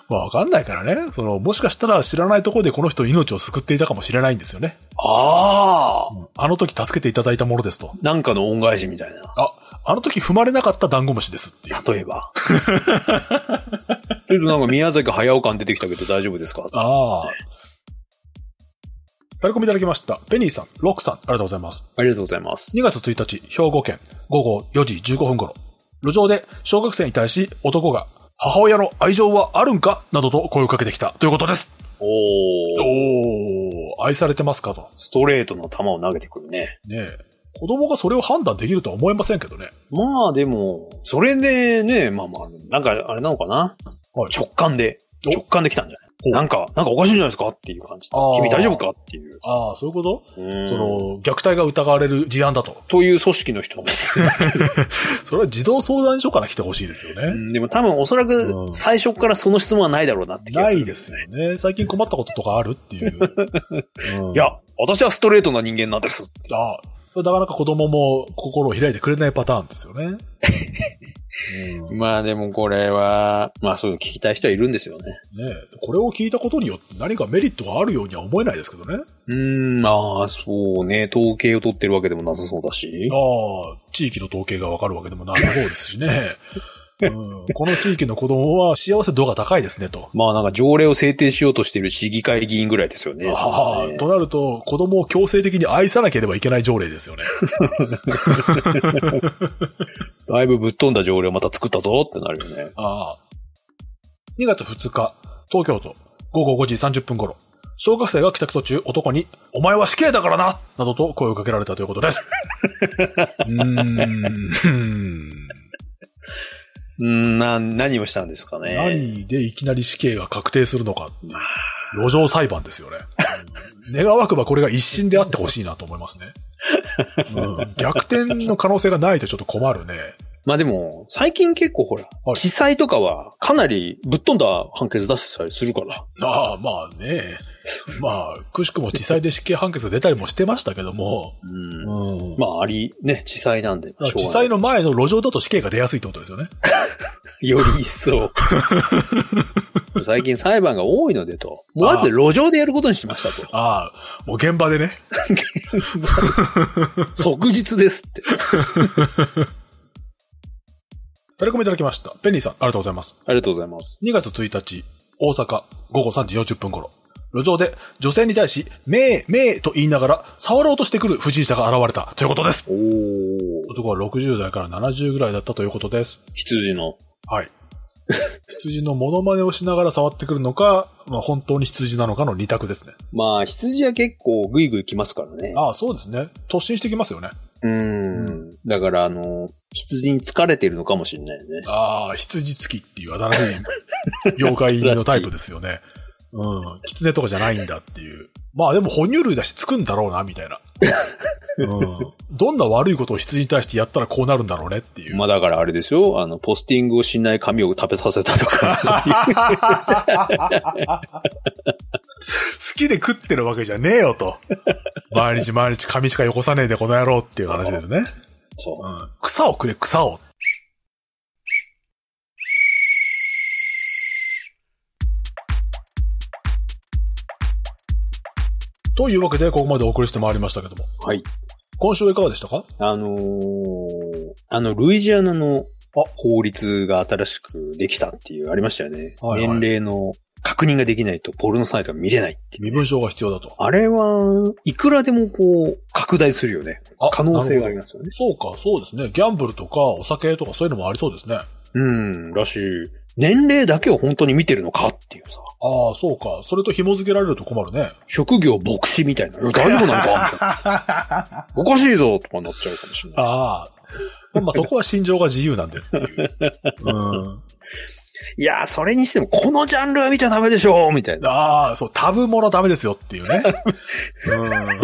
まあわかんないからね。その、もしかしたら知らないところでこの人の命を救っていたかもしれないんですよね。ああ、あの時助けていただいたものですと。なんかの恩返しみたいな。あ、あの時踏まれなかったダンゴムシですっていう。例えば。 [LAUGHS] ちょっとなんか宮崎駿感出てきたけど大丈夫ですかああ。タレコミいただきました。ペニーさん、ロックさん、ありがとうございます。ありがとうございます。 2月1日、兵庫県、午後4時15分頃、路上で小学生に対し男が、母親の愛情はあるんかなどと声をかけてきたということです。おおー、ー、愛されてますかと。ストレートの球を投げてくるね。ねえ。子供がそれを判断できるとは思えませんけどね。まあでも、それでね、まあまあ、なんかあれなのかなはい。直感で、お直感できたんじゃないおなんか、なんかおかしいんじゃないですかっていう感じであー君大丈夫かっていう。ああ、そういうこと、そ、その、虐待が疑われる事案だと。という組織の [LAUGHS] 人も。それは児童相談所から来てほしいですよね。うんでも多分おそらうんく最初からその質問はないだろうなって気がなするいですよね。最近困ったこととかあるって [LAUGHS] いう。うんいや、私はストレートな人間なんです。ああそれなかなか子供も心を開いてくれないパターンですよ [LAUGHS] ね。うんねまあでもこれは、まあそういうの聞きたい人はいるんですよね。えこれを聞いたことによって何かメリットがあるようには思えないですけどね。うーん、ああ、そうね。統計を取ってるわけでもなさそうだし。ああ、地域の統計がわかるわけでもない方ですし [LAUGHS] ね。うん、この地域の子供は幸せ度が高いですねと。まあなんか条例を制定しようとしてる市議会議員ぐらいですよね。ああとなると、子供を強制的に愛さなければいけない条例ですよね。だいぶぶっ飛んだ条例をまた作ったぞってなるよね。ああ。2月2日、東京都、午後5時30分頃、小学生が帰宅途中、男に、お前は死刑だからななどと声をかけられたということです。うーん。うーん、な、何をしたんですかね。何でいきなり死刑が確定するのかっていう路上裁判ですよね。うん願わくばこれが一審であってほしいなと思いますね。うん逆転の可能性がないとちょっと困るね。まあでも、最近結構ほら、はい地裁とかはかなりぶっ飛んだ判決出したりするから。ああ、まあね。まあ、くしくも地裁で死刑判決が出たりもしてましたけども、うんうんまああり、ね、地裁なんで。地裁の。の前の路上だと死刑が出やすいってことですよね。 [LAUGHS] より一層。最近裁判が多いのでと。ああまず路上でやることにしました [LAUGHS] と。ああ、もう現場でね。即日ですって。タレコミいただきました。ペニーさん、ありがとうございます。ありがとうございます。 2月1日、大阪、午後3時40分頃。路上で女性に対し、めーめーと言いながら触ろうとしてくる不審者が現れたということです。おー。男は60代から70ぐらいだったということです。羊の。はい。 [LAUGHS] 羊のモノマネをしながら触ってくるのか、まあ、本当に羊なのかの二択ですね。まあ、羊は結構グイグイ来ますからね。ああ、そうですね。突進してきますよね。うーん。だから、あの、羊に疲れてるのかもしれないよね。ああ、羊つきっていう新しい妖怪のタイプですよね。うん。狐とかじゃないんだっていう。まあでも哺乳類だしつくんだろうな、みたい [LAUGHS] な。うん。どんな悪いことを羊に対してやったらこうなるんだろうねっていう。まあだからあれですよ、あの、ポスティングをしない髪を食べさせたと [LAUGHS] か。そういう好きで食ってるわけじゃねえよと。毎日毎日髪しかよこさねえでこの野郎っていう話ですね。そうう。ん。草をくれ、草を。というわけで、ここまでお送りしてまいりましたけども。はい。今週はいかがでしたかあのー、あの、ルイジアナの法律が新しくできたっていう、ありましたよね。はいはい年齢の確認ができないとポルノサイトが見れないっていう。身分証が必要だと。あれは、いくらでもこう、拡大するよね。あ可能性がありますよね。そうか、そうですね。ギャンブルとかお酒とかそういうのもありそうですね。あうん、らしい。年齢だけを本当に見てるのかっていうさ。あ、そうか。それと紐付けられると困るね。職業牧師みたいな。いや大丈夫なのかみたいな。 [LAUGHS] おかしいぞとかなっちゃうかもしれない。ああ。まあそこは心情が自由なんでって [LAUGHS] いう。うん。いやー、それにしても、このジャンルは見ちゃダメでしょみたいな。ああ、そう、タブものダメですよっていうね。うん。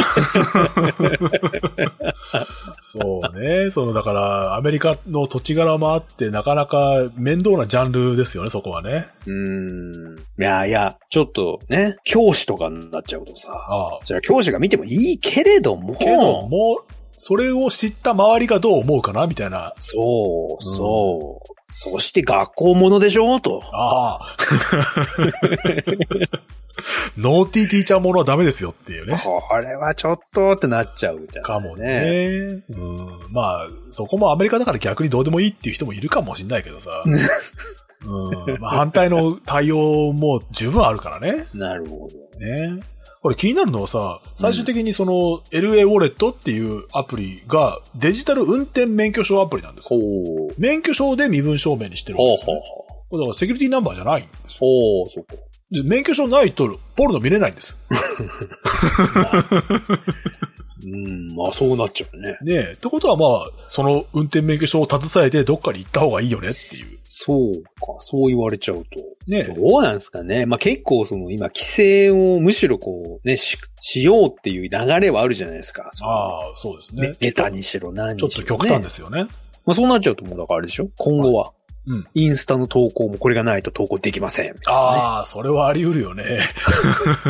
そうね。その、だから、アメリカの土地柄もあって、なかなか面倒なジャンルですよね、そこはね。うーん。いやーいや、ちょっとね、教師とかになっちゃうとさ。ああ。それは教師が見てもいいけれども。けども、それを知った周りがどう思うかな、みたいな。そう、そう。そして学校ものでしょと。ああ。ノーティーティーチャーものはダメですよっていうね。これはちょっとってなっちゃうみたいな。かもね。うん。まあ、そこもアメリカだから逆にどうでもいいっていう人もいるかもしんないけどさ。うん。まあ反対の対応も十分あるからね。なるほど。ね。これ気になるのはさ、最終的にその LA ウォレットっていうアプリがデジタル運転免許証アプリなんですよ。ほう。免許証で身分証明にしてるわけほうですほよ、うね。だからセキュリティナンバーじゃないんですよほう。ほう、そこ。で免許証ないとポルノ見れないんですよ。うん、まあそうなっちゃうね。ねえ。ってことはまあ、その運転免許証を携えてどっかに行った方がいいよねっていう。そうか、そう言われちゃうと。ねえ。どうなんですかね。まあ、結構その今規制をむしろこうね、し、しようっていう流れはあるじゃないですか。そのああ、そうですねね。、ベタにしろ何にちょっしとろ、。極端ですすよね。まあ、そうなっちゃうともうだからあれでしょ今後は、うんインスタの投稿もこれがないと投稿できません。みたいなねああ、それはあり得るよね。 [LAUGHS]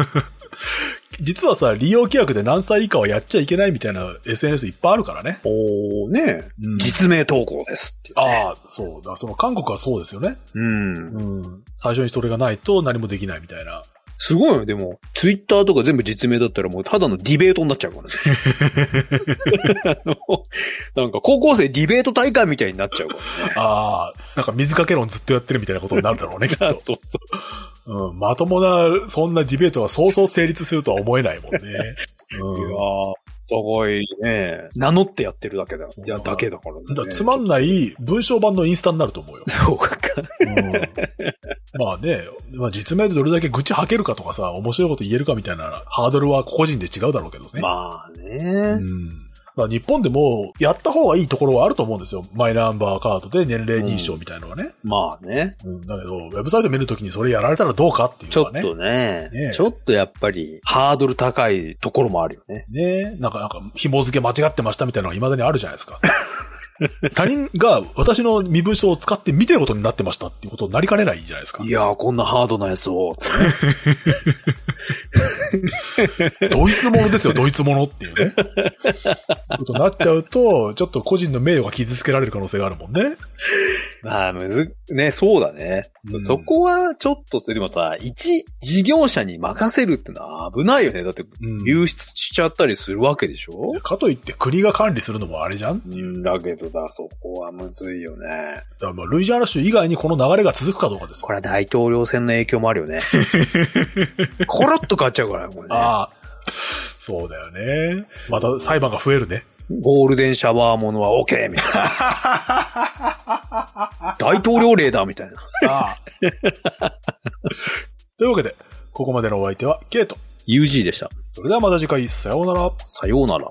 実はさ、利用規約で何歳以下はやっちゃいけないみたいな SNS いっぱいあるからね。おーね、うん実名投稿ですっていうね、ああ、そうだ。その韓国はそうですよね。うん。うん。最初にそれがないと何もできないみたいな。すごいよね、でも。ツイッターとか全部実名だったらもうただのディベートになっちゃうからね。 [LAUGHS] あのなんか高校生ディベート大会みたいになっちゃうからね。ああ、なんか水かけ論ずっとやってるみたいなことになるだろうね、きっと。 [LAUGHS] そうそう。 [LAUGHS] うん、まともな、そんなディベートがそうそう成立するとは思えないもん [LAUGHS] ね。いやうーん、お互いね、名乗ってやってるだけだ。そういや、だけだからね。だからつまんない文章版のインスタになると思うよ。そうか。うん、まあね、まあ、実名でどれだけ愚痴吐けるかとかさ、面白いこと言えるかみたいなハードルは個人で違うだろうけどね。まあうね。んまあ、日本でもやった方がいいところはあると思うんですよ。マイナンバーカードで年齢認証みたいなのはね。まあね。うんだけど、ウェブサイト見るときにそれやられたらどうかっていうちょのはっね。とねねえちょっとやっぱり、ハードル高いところもあるよね。ねなんか、なんか、紐付け間違ってましたみたいなのが未だにあるじゃない [LAUGHS] ですか。他人が私の身分証を使って見てることになってましたっていうことになりかねないじゃないですかい。やー、こんなハードなやつを。 [LAUGHS] ドイツものですよ、ドイツものっていうね。ことになっちゃうと、ちょっと個人の名誉が傷つけられる可能性があるもんね。まあ、むず、ね、そうだね。うんそそこはちょっと、でもさ、一事業者に任せるってのは危ないよね。だって、うん流出しちゃったりするわけでしょ、かといって国が管理するのもあれじゃんだうん、だけどだ、そこはむずいよね。からまあルイジアナ州以外にこの流れが続くかどうかですよこれは大統領選の影響もある [LAUGHS] よね。コロッと変わっちゃうから、これね。ああ。そうだよね。また裁判が増えるね。ゴールデンシャワーものは OK! みたい [LAUGHS] な。大統領令だみたいな。ああ。 [LAUGHS] というわけで、ここまでのお相手は、ケイト。 UG でした。それではまた次回、さようなら。さようなら。